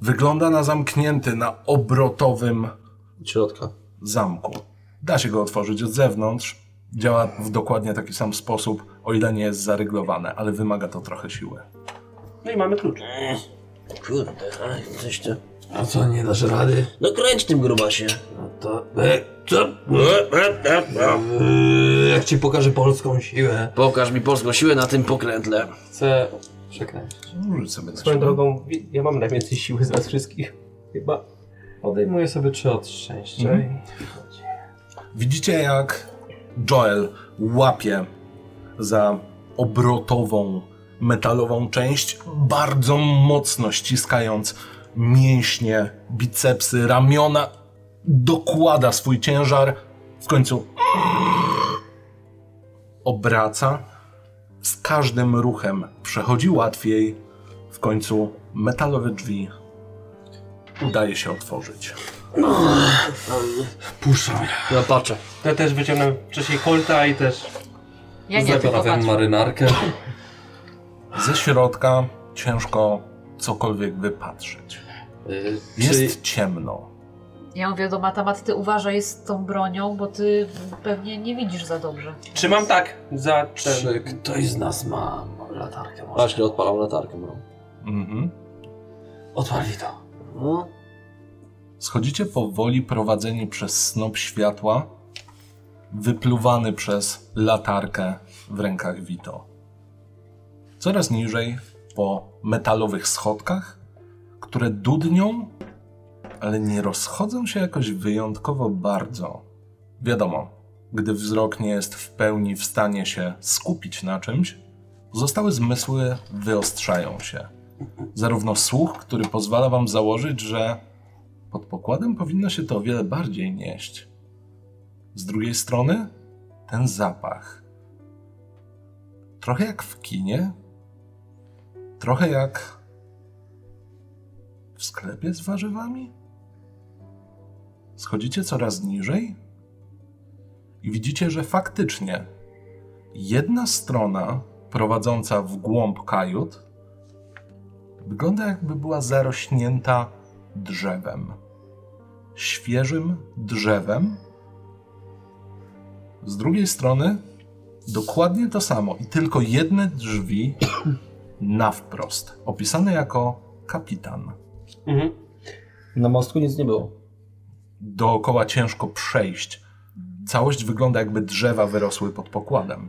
Speaker 1: Wygląda na zamknięty na obrotowym
Speaker 7: Od środka.
Speaker 1: zamku. Da się go otworzyć od zewnątrz. Działa w dokładnie taki sam sposób, o ile nie jest zaryglowane, ale wymaga to trochę siły.
Speaker 6: No i mamy klucz.
Speaker 3: Kurde, ale coś to...
Speaker 4: A co, nie dasz rady?
Speaker 3: No kręć tym grubasie.
Speaker 4: No to... E, co?
Speaker 2: Yy,
Speaker 4: E, Jak ci pokażę polską siłę.
Speaker 3: Pokaż mi polską siłę na tym pokrętle.
Speaker 2: Chcę przekręcić.
Speaker 1: Rzuć sobie na
Speaker 6: Swoją
Speaker 1: siłę.
Speaker 6: drogą, wi- ja mam najwięcej siły z was wszystkich. Chyba.
Speaker 2: Podejmuję sobie trzy od szczęścia
Speaker 1: Mhm. Widzicie, jak Joel łapie za obrotową, metalową część, bardzo mocno ściskając mięśnie, bicepsy, ramiona, dokłada swój ciężar, w końcu obraca. Z każdym ruchem przechodzi łatwiej, w końcu metalowe drzwi udaje się otworzyć.
Speaker 4: Puszczam.
Speaker 7: Ja patrzę.
Speaker 6: Ja też wyciągnę wcześniej kolta i też.
Speaker 5: Ja nie, tylko
Speaker 2: Zaprawiam
Speaker 5: patrzę.
Speaker 2: marynarkę.
Speaker 1: Ze środka ciężko cokolwiek wypatrzeć.
Speaker 2: Y,
Speaker 1: Jest
Speaker 2: Czy
Speaker 1: ciemno.
Speaker 5: Ja mówię do Matamat, ty uważaj z tą bronią, bo ty pewnie nie widzisz za dobrze.
Speaker 6: Trzymam tak za ten.
Speaker 4: Czy ktoś z nas ma latarkę może?
Speaker 7: Właśnie odpalam latarkę. No.
Speaker 1: Mhm.
Speaker 4: Odpal mi to.
Speaker 3: No,
Speaker 1: Schodzicie powoli prowadzeni przez snop światła, wypluwany przez latarkę w rękach Vito. Coraz niżej po metalowych schodkach, które dudnią ale nie rozchodzą się jakoś wyjątkowo bardzo. Wiadomo, gdy wzrok nie jest w pełni w stanie się skupić na czymś, pozostałe zmysły wyostrzają się. Zarówno słuch, który pozwala wam założyć, że pod pokładem powinno się to o wiele bardziej nieść. Z drugiej strony, ten zapach. Trochę jak w kinie, trochę jak w sklepie z warzywami. Schodzicie coraz niżej i widzicie, że faktycznie jedna strona prowadząca w głąb kajut wygląda jakby była zarośnięta drzewem. Świeżym drzewem. Z drugiej strony dokładnie to samo i tylko jedne drzwi na wprost, opisane jako kapitan.
Speaker 6: Mhm.
Speaker 7: Na mostku nic nie było.
Speaker 1: Dookoła ciężko przejść. Całość wygląda jakby drzewa wyrosły pod pokładem.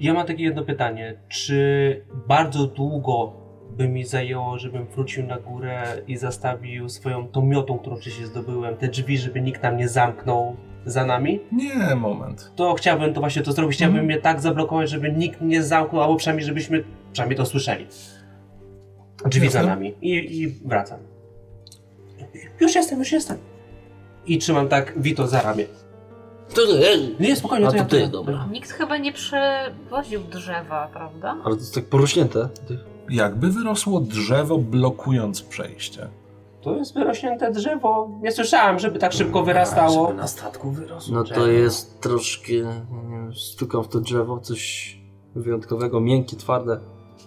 Speaker 6: Ja mam takie jedno pytanie. Czy bardzo długo by mi zajęło, żebym wrócił na górę i zastawił swoją tą miotą, którą wcześniej zdobyłem, te drzwi, żeby nikt nam nie zamknął za nami?
Speaker 1: Nie, moment.
Speaker 6: To chciałbym to właśnie to zrobić. Chciałbym
Speaker 7: Mhm.
Speaker 6: je tak zablokować, żeby nikt nie zamknął, albo przynajmniej żebyśmy przynajmniej to słyszeli. Drzwi za
Speaker 1: Jasne.
Speaker 6: nami. I, I wracam. Już jestem, już jestem. I trzymam tak Vito za ramię.
Speaker 3: To nie,
Speaker 6: Nie, spokojnie,
Speaker 7: A
Speaker 6: to
Speaker 7: no to
Speaker 6: ja
Speaker 7: ty.
Speaker 6: ja-
Speaker 7: Dobra.
Speaker 5: Nikt chyba nie przewoził drzewa, prawda?
Speaker 7: Ale to jest tak porośnięte.
Speaker 1: Jakby wyrosło drzewo, blokując przejście.
Speaker 6: To jest wyrośnięte drzewo. Nie słyszałem, żeby tak szybko
Speaker 4: Żeby
Speaker 6: wyrastało.
Speaker 4: na statku wyrosło.
Speaker 7: No to jest troszkę... nie wiem, Stukam w to drzewo, coś wyjątkowego, miękkie, twarde.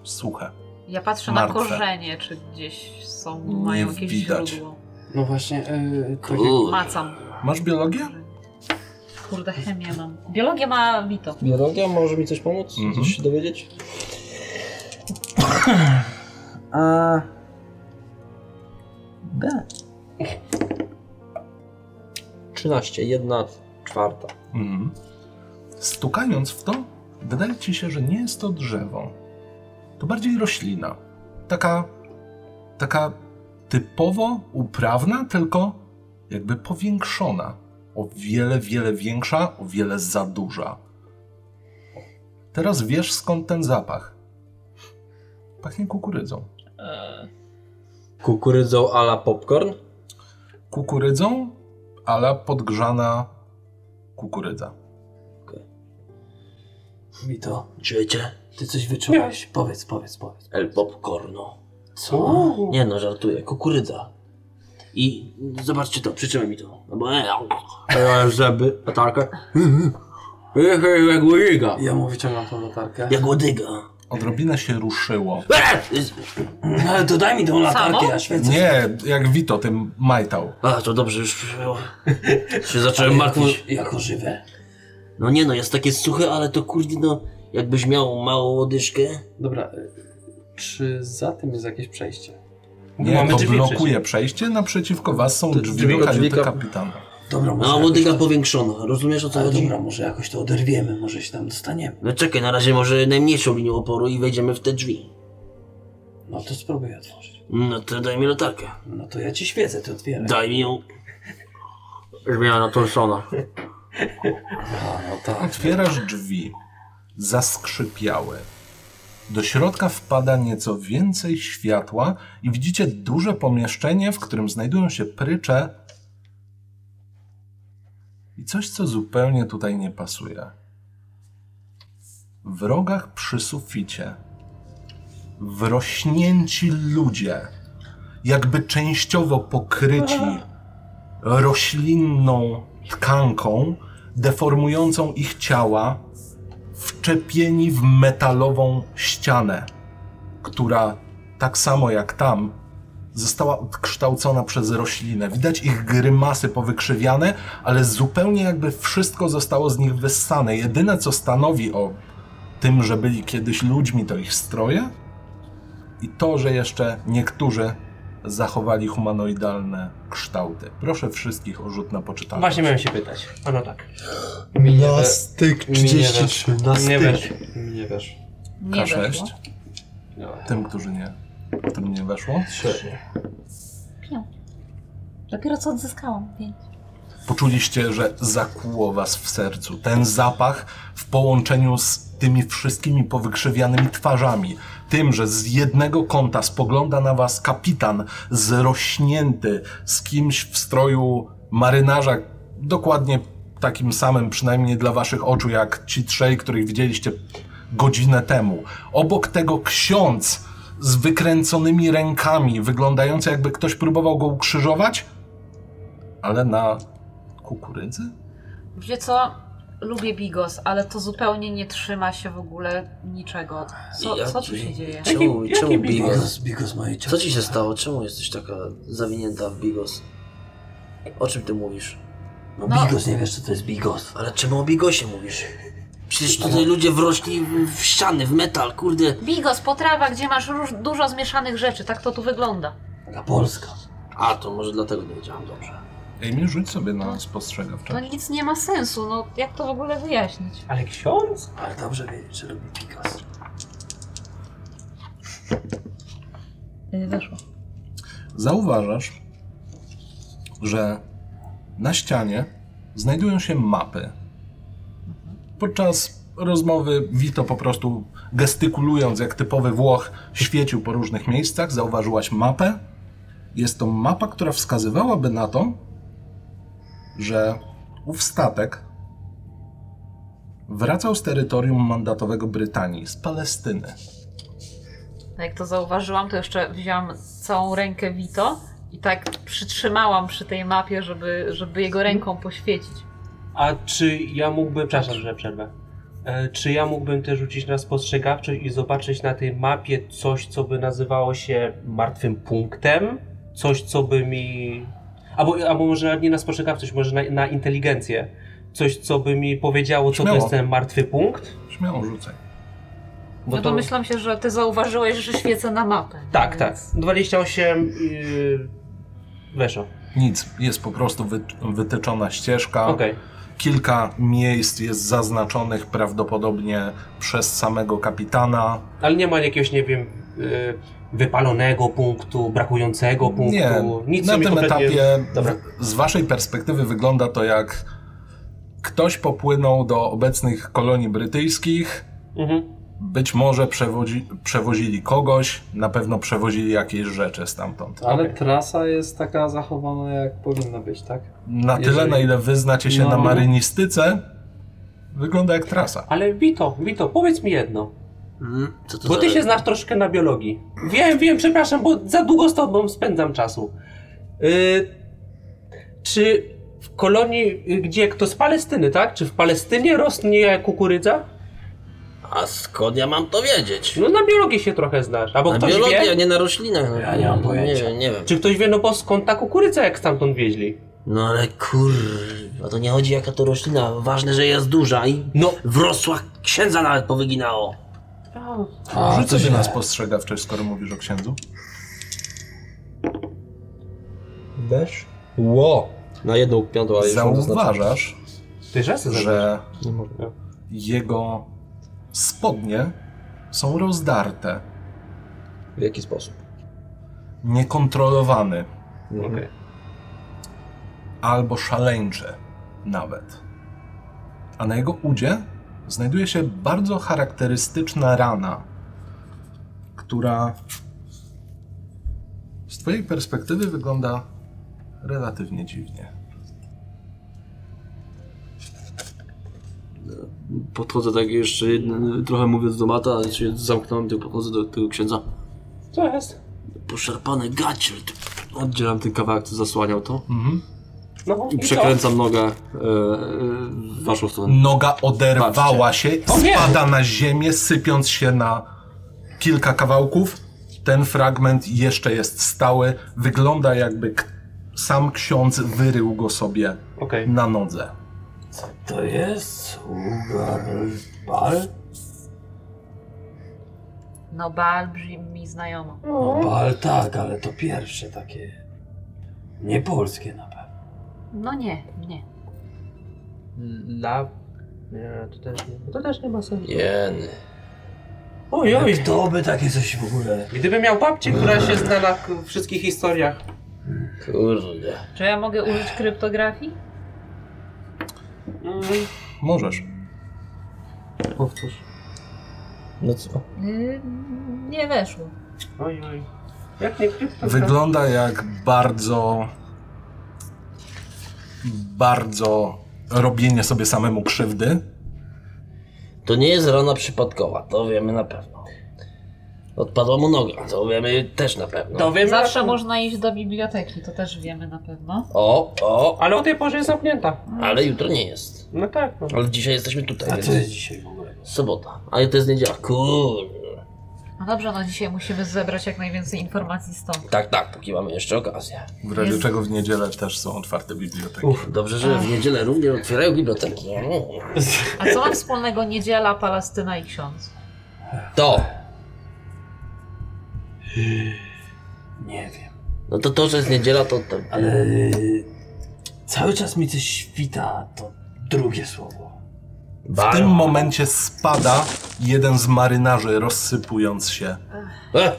Speaker 1: Suche.
Speaker 5: Ja patrzę
Speaker 1: Martwe.
Speaker 5: na korzenie, czy gdzieś są,
Speaker 1: Nie
Speaker 5: mają jakieś
Speaker 1: widać.
Speaker 5: źródło.
Speaker 2: No właśnie, yy, tak jak-
Speaker 3: Kur...
Speaker 5: Macam.
Speaker 1: Masz biologię?
Speaker 5: Kurde, chemię mam. Biologię ma Vito.
Speaker 7: Biologia może mi coś pomóc?
Speaker 1: Mhm.
Speaker 7: Coś się dowiedzieć?
Speaker 2: A... B.
Speaker 7: 13, jedna czwarta.
Speaker 1: Mhm. Stukając w to, wydaje ci się, że nie jest to drzewo. To bardziej roślina. Taka, taka typowo uprawna, tylko jakby powiększona. O wiele, wiele większa, o wiele za duża. Teraz wiesz skąd ten zapach. Pachnie kukurydzą.
Speaker 7: Kukurydzą ala popcorn?
Speaker 1: Kukurydzą, ale podgrzana kukurydza.
Speaker 4: Mi to.
Speaker 3: Czujecie?
Speaker 4: Ty coś wyczułeś? Powiedz, powiedz, powiedz.
Speaker 3: El popcorno.
Speaker 4: Co?
Speaker 3: Nie no, żartuję. Kukurydza. I zobaczcie to, przytrzymaj mi to. No bo...
Speaker 7: Żeby, latarkę.
Speaker 4: tak?
Speaker 7: Jak łyga.
Speaker 2: Ja mu wyciągam tą latarkę.
Speaker 3: Jak łodyga.
Speaker 1: Odrobinę się ruszyło.
Speaker 4: No ale to daj mi tą latarkę,
Speaker 5: Samo?
Speaker 4: ja świecę.
Speaker 1: Nie, jak Wito tym majtał.
Speaker 3: A, to dobrze już się zacząłem martwić.
Speaker 4: Jako żywe.
Speaker 3: No nie no, jest takie suche, ale to kurde no, jakbyś miał małą łodyżkę.
Speaker 2: Dobra, y, czy za tym jest jakieś przejście?
Speaker 1: Nie,
Speaker 6: Mamy
Speaker 1: to
Speaker 6: drzwi
Speaker 1: blokuje przejście, naprzeciwko was są
Speaker 7: Te
Speaker 1: drzwi
Speaker 7: drzwi-
Speaker 1: do kajuty
Speaker 7: drzwi-
Speaker 1: kapitana.
Speaker 4: Dobra, może.
Speaker 3: No,
Speaker 4: jakoś
Speaker 3: łodyga
Speaker 4: to...
Speaker 3: powiększona. Rozumiesz o co
Speaker 4: Ale
Speaker 3: chodzi?
Speaker 4: dobra, może jakoś to oderwiemy, może się tam dostaniemy.
Speaker 3: No czekaj, na razie może najmniejszą linią oporu i wejdziemy w te drzwi.
Speaker 4: No to spróbuj otworzyć.
Speaker 3: No to daj mi latarkę.
Speaker 4: No to ja ci świecę, ty otwieraj.
Speaker 3: Daj mi ją.
Speaker 7: Zmiana natąszona.
Speaker 4: A, no tak.
Speaker 1: Otwierasz drzwi. Zaskrzypiały. Do środka wpada nieco więcej światła i widzicie duże pomieszczenie, w którym znajdują się prycze i coś, co zupełnie tutaj nie pasuje. W rogach przy suficie wrośnięci ludzie, jakby częściowo pokryci roślinną tkanką, deformującą ich ciała, wczepieni w metalową ścianę, która tak samo jak tam została odkształcona przez roślinę. Widać ich grymasy powykrzywiane, ale zupełnie jakby wszystko zostało z nich wyssane. Jedyne co stanowi o tym, że byli kiedyś ludźmi, to ich stroje i to, że jeszcze niektórzy zachowali humanoidalne kształty. Proszę wszystkich o rzut na poczytanie.
Speaker 6: Właśnie miałem się pytać. A no tak.
Speaker 2: Mi nie
Speaker 7: Na
Speaker 2: we-
Speaker 7: styk
Speaker 2: mi nie
Speaker 7: 33. Na
Speaker 6: Nie
Speaker 7: styk.
Speaker 6: wiesz.
Speaker 2: Mi nie weszło.
Speaker 5: Nie
Speaker 1: K6.
Speaker 5: weszło.
Speaker 2: Dobra.
Speaker 1: Tym, którzy nie. Którym nie weszło.
Speaker 2: Trzy.
Speaker 5: Dopiero co odzyskałam, więc...
Speaker 1: Poczuliście, że zakłuło was w sercu. Ten zapach w połączeniu z tymi wszystkimi powykrzywianymi twarzami, tym, że z jednego kąta spogląda na was kapitan zrośnięty z kimś w stroju marynarza, dokładnie takim samym, przynajmniej dla waszych oczu, jak ci trzej, których widzieliście godzinę temu. Obok tego ksiądz z wykręconymi rękami, wyglądający jakby ktoś próbował go ukrzyżować, ale na kukurydzy?
Speaker 5: Wie co? Lubię bigos, ale to zupełnie nie trzyma się w ogóle niczego. Co, co tu się dzieje?
Speaker 3: Czemu, czemu
Speaker 4: Bigos,
Speaker 3: Bigos?
Speaker 4: Bigos mojej cioci.
Speaker 3: Co ci się stało? Czemu jesteś taka zawinięta w Bigos? O czym ty mówisz?
Speaker 4: No,
Speaker 5: No.
Speaker 4: Bigos, nie wiesz co to jest Bigos.
Speaker 3: Ale czemu o Bigosie mówisz? Przecież tutaj ludzie wrośli w- w ściany, w metal, kurde.
Speaker 5: Bigos, potrawa, gdzie masz róż, dużo zmieszanych rzeczy, tak to tu wygląda.
Speaker 4: Taka Polska.
Speaker 3: A, to może dlatego nie wiedziałam dobrze.
Speaker 1: Amy, rzuć sobie na
Speaker 5: To
Speaker 1: spostrzegawcze.
Speaker 6: Tak.
Speaker 5: nic nie ma sensu, no jak to w ogóle wyjaśnić?
Speaker 6: Ale ksiądz?
Speaker 4: Ale dobrze wiedzieć, że lubi Bigos.
Speaker 5: Yy, Weszło.
Speaker 1: Zauważasz, że na ścianie znajdują się mapy. Podczas rozmowy Vito po prostu gestykulując jak typowy Włoch świecił po różnych miejscach, zauważyłaś mapę. Jest to mapa, która wskazywałaby na to, że ów statek wracał z terytorium mandatowego Brytanii, z Palestyny.
Speaker 5: No, Jak to zauważyłam, to jeszcze wzięłam całą rękę Vito i tak przytrzymałam przy tej mapie, żeby, żeby jego ręką poświecić.
Speaker 6: A czy ja mógłbym, przepraszam, że przerwę. E, Czy ja mógłbym też rzucić na spostrzegawczość i zobaczyć na tej mapie coś, co by nazywało się martwym punktem? Coś, co by mi... Albo, albo może nawet nie na spostrzegawczość, może na, na inteligencję. Coś, co by mi powiedziało, co
Speaker 1: Śmiało.
Speaker 6: to jest ten martwy punkt?
Speaker 1: Śmiało rzucaj.
Speaker 5: No to... domyślam się, że ty zauważyłeś, że świecę na mapę.
Speaker 6: Tak, tak.
Speaker 5: więc-
Speaker 6: 28... Yy... Weszło.
Speaker 1: Nic, jest po prostu wy, wytyczona ścieżka.
Speaker 6: Okej.
Speaker 1: Kilka miejsc jest zaznaczonych prawdopodobnie przez samego kapitana.
Speaker 6: Ale nie ma jakiegoś, nie wiem, y, wypalonego punktu, brakującego punktu,
Speaker 1: Nie,
Speaker 6: nic co
Speaker 1: na
Speaker 6: mi
Speaker 1: tym
Speaker 6: kompletnie-
Speaker 1: etapie
Speaker 6: Dobra.
Speaker 1: z waszej perspektywy wygląda to jak ktoś popłynął do obecnych kolonii brytyjskich.
Speaker 6: Mhm.
Speaker 1: Być może przewodzi, przewozili kogoś, na pewno przewozili jakieś rzeczy stamtąd.
Speaker 2: Ale
Speaker 6: Okej.
Speaker 2: trasa jest taka zachowana jak powinna być, tak?
Speaker 1: Na tyle,
Speaker 2: Jeżeli-
Speaker 1: na ile wy znacie się
Speaker 2: No.
Speaker 1: na marynistyce, wygląda jak trasa.
Speaker 6: Ale Wito, Wito, powiedz mi jedno,
Speaker 3: Hmm? Co to
Speaker 6: bo
Speaker 3: za...
Speaker 6: ty się znasz troszkę na biologii. Wiem, wiem, przepraszam, bo za długo z tobą spędzam czasu. Y, czy w kolonii, y, gdzie kto z Palestyny, tak? Czy w Palestynie rośnie kukurydza?
Speaker 3: A skąd ja mam to wiedzieć?
Speaker 6: No na biologii się trochę znasz, albo
Speaker 3: Na
Speaker 6: ktoś
Speaker 3: biologii, a
Speaker 6: wie?
Speaker 3: nie na roślinach. no.
Speaker 4: Ja nie mam pojęcia.
Speaker 3: Nie wiem, nie wiem.
Speaker 6: Czy ktoś wie, no bo skąd ta kukurydza, jak stamtąd wieźli?
Speaker 3: No ale kurwa, to nie chodzi jaka to roślina. Ważne, że jest duża i
Speaker 6: No,
Speaker 3: wrosła księdza nawet powyginało.
Speaker 4: A,
Speaker 1: Rzuć sobie na spostrzegawczość, skoro mówisz o księdzu.
Speaker 7: Wiesz?
Speaker 1: Ło!
Speaker 7: Na jedną piątą, ale już mam zaznaczone.
Speaker 1: Zauważasz,
Speaker 6: ty raz
Speaker 1: że
Speaker 7: Nie mogę.
Speaker 1: jego spodnie są rozdarte,
Speaker 7: W jaki sposób?
Speaker 1: niekontrolowany
Speaker 7: Mhm.
Speaker 6: Okej.
Speaker 1: albo szaleńczy nawet. A na jego udzie znajduje się bardzo charakterystyczna rana, która z twojej perspektywy wygląda relatywnie dziwnie.
Speaker 7: Podchodzę tak jeszcze, n- trochę mówiąc do mata, ale się zamknąłem, tylko podchodzę do tego księdza.
Speaker 6: Co jest?
Speaker 3: Poszarpane gacie. ale to-
Speaker 7: Oddzielam ten kawałek, co zasłaniał to.
Speaker 1: Mhm.
Speaker 6: No,
Speaker 7: I
Speaker 6: co?
Speaker 7: przekręcam nogę e, e, w waszą stronę.
Speaker 1: Noga oderwała się,
Speaker 6: nie!
Speaker 1: spada na ziemię, sypiąc się na kilka kawałków. Ten fragment jeszcze jest stały. Wygląda jakby k- sam ksiądz wyrył go sobie
Speaker 6: Okej.
Speaker 1: na nodze.
Speaker 4: To jest Ugarl...
Speaker 5: No bal brzmi znajomo.
Speaker 4: No bal tak, ale to pierwsze takie... Nie polskie na pewno.
Speaker 5: No nie, nie.
Speaker 6: La... Nie, to też nie, to też nie ma sensu.
Speaker 3: Jeny.
Speaker 4: Oj,
Speaker 6: Oj, oj.
Speaker 4: kto by takie coś w ogóle...
Speaker 6: Gdybym miał babcię, która się zna na k- wszystkich historiach.
Speaker 3: Kurde.
Speaker 5: Czy ja mogę użyć kryptografii?
Speaker 1: Możesz.
Speaker 2: Powtórz.
Speaker 3: No co?
Speaker 5: Yy, nie weszło.
Speaker 6: Oj, oj. Jak nie krypto?
Speaker 1: Wygląda jak bardzo. Bardzo robienie sobie samemu krzywdy.
Speaker 3: To nie jest rana przypadkowa, to wiemy na pewno. Odpadła mu noga, to wiemy też na pewno.
Speaker 6: Dowiemy
Speaker 5: Zawsze można iść do biblioteki, to też wiemy na pewno.
Speaker 3: O, o,
Speaker 6: Ale o tej porze jest zamknięta.
Speaker 3: ale jutro nie jest.
Speaker 6: No tak. No.
Speaker 3: Ale dzisiaj jesteśmy tutaj,
Speaker 4: A
Speaker 3: więc
Speaker 4: co jest dzisiaj w ogóle?
Speaker 3: sobota. Ale to jest niedziela, kurde.
Speaker 5: No dobrze, no dzisiaj musimy zebrać jak najwięcej informacji stąd.
Speaker 3: Tak, tak, póki mamy jeszcze okazję.
Speaker 1: W razie
Speaker 5: Jest-
Speaker 1: czego w niedzielę też są otwarte biblioteki.
Speaker 3: Dobrze, że w niedzielę również otwierają biblioteki.
Speaker 5: A co ma wspólnego niedziela, Palestyna i ksiądz?
Speaker 3: To,
Speaker 4: Nie wiem.
Speaker 3: no to to, że jest niedziela, to... to
Speaker 4: Ale cały czas mi coś świta to drugie słowo.
Speaker 1: W tym momencie spada jeden z marynarzy, rozsypując się
Speaker 3: E,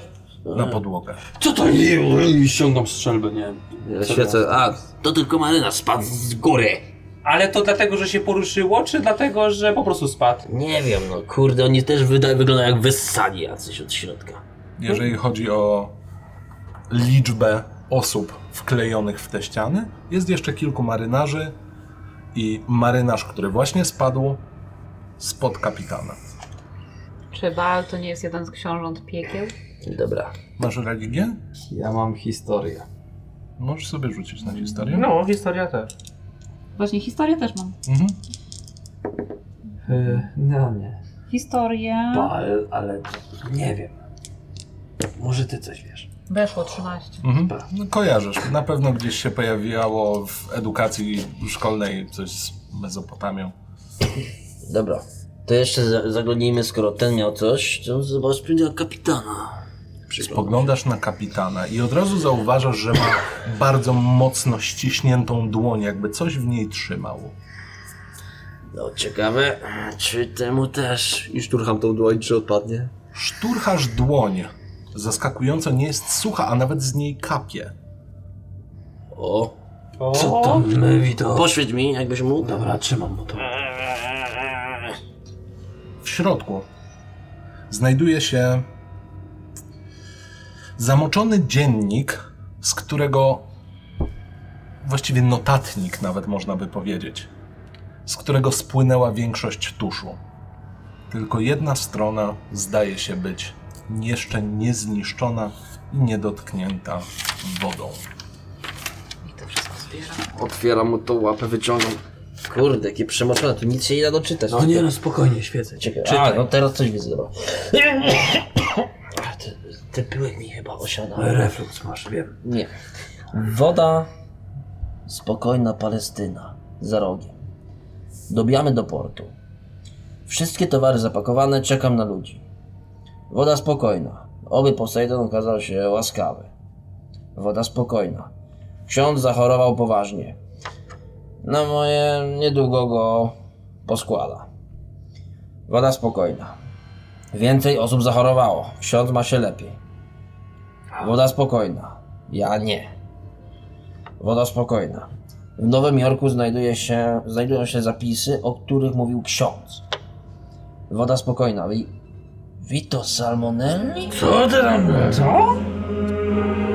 Speaker 1: na podłogę.
Speaker 4: Co to nie? Ściągam strzelbę, nie wiem.
Speaker 7: Ja świecę, a,
Speaker 3: to tylko marynarz spadł z góry.
Speaker 6: Ale to dlatego, że się poruszyło, czy dlatego, że po prostu spadł?
Speaker 3: Nie wiem, no kurde, oni też wyda- wyglądają jak wyssani jacyś od środka.
Speaker 1: Jeżeli chodzi o liczbę osób wklejonych w te ściany, jest jeszcze kilku marynarzy i marynarz, który właśnie spadł, spod kapitana.
Speaker 5: Czy Baal to nie jest jeden z książąt piekieł?
Speaker 3: Dobra.
Speaker 1: Masz religię?
Speaker 2: Ja mam historię.
Speaker 1: Możesz sobie rzucić na historię.
Speaker 6: No, historia też.
Speaker 5: Właśnie historię też mam.
Speaker 1: Mhm.
Speaker 2: E, no nie.
Speaker 5: Historię...
Speaker 4: Bal, ale nie wiem. Może ty coś wiesz.
Speaker 5: Weszło 13.
Speaker 1: Mhm. No, kojarzysz. Na pewno gdzieś się pojawiało w edukacji szkolnej coś z Mezopotamią.
Speaker 3: Dobra. To jeszcze za- zaglądnijmy, skoro ten miał coś, to zobaczmy do kapitana.
Speaker 1: Spoglądasz na kapitana i od razu zauważasz, że ma bardzo mocno ściśniętą dłoń, jakby coś w niej trzymał.
Speaker 3: No ciekawe, czy temu też.
Speaker 7: i szturcham tą dłoń, czy odpadnie.
Speaker 1: Szturchasz dłoń. Zaskakująco nie jest sucha, a nawet z niej kapie.
Speaker 3: O,
Speaker 6: O,
Speaker 4: Co to mówi to?
Speaker 3: poświeć mi, jakbyś mógł.
Speaker 4: Dobra, trzymam mu to.
Speaker 1: W środku znajduje się zamoczony dziennik, z którego właściwie notatnik nawet można by powiedzieć, z którego spłynęła większość tuszu. Tylko jedna strona zdaje się być jeszcze niezniszczona i niedotknięta wodą.
Speaker 5: I to wszystko zbieram.
Speaker 7: Otwieram mu tą łapę, wyciągam.
Speaker 3: Kurde, jakie przemoczone, tu nic się nie da doczytać.
Speaker 4: No nie no, spokojnie, świecę.
Speaker 3: Czekaj, a, no teraz coś widzę, dobra. A, Ty, ty pyłek mi chyba osiada.
Speaker 4: Reflux masz, wiem.
Speaker 3: Nie. Woda, spokojna Palestyna, za rogiem. Dobijamy do portu. Wszystkie towary zapakowane, czekam na ludzi. Woda spokojna. Oby Posejdon okazał się łaskawy. Woda spokojna. Ksiądz zachorował poważnie. Na moje niedługo go poskłada. Woda spokojna. Więcej osób zachorowało. Ksiądz ma się lepiej. Woda spokojna. Ja nie. Woda spokojna. W Nowym Jorku znajduje się, znajdują się zapisy, o których mówił ksiądz. Woda spokojna. Wi- Vito Salmonelli?
Speaker 4: Co ty tam? Co?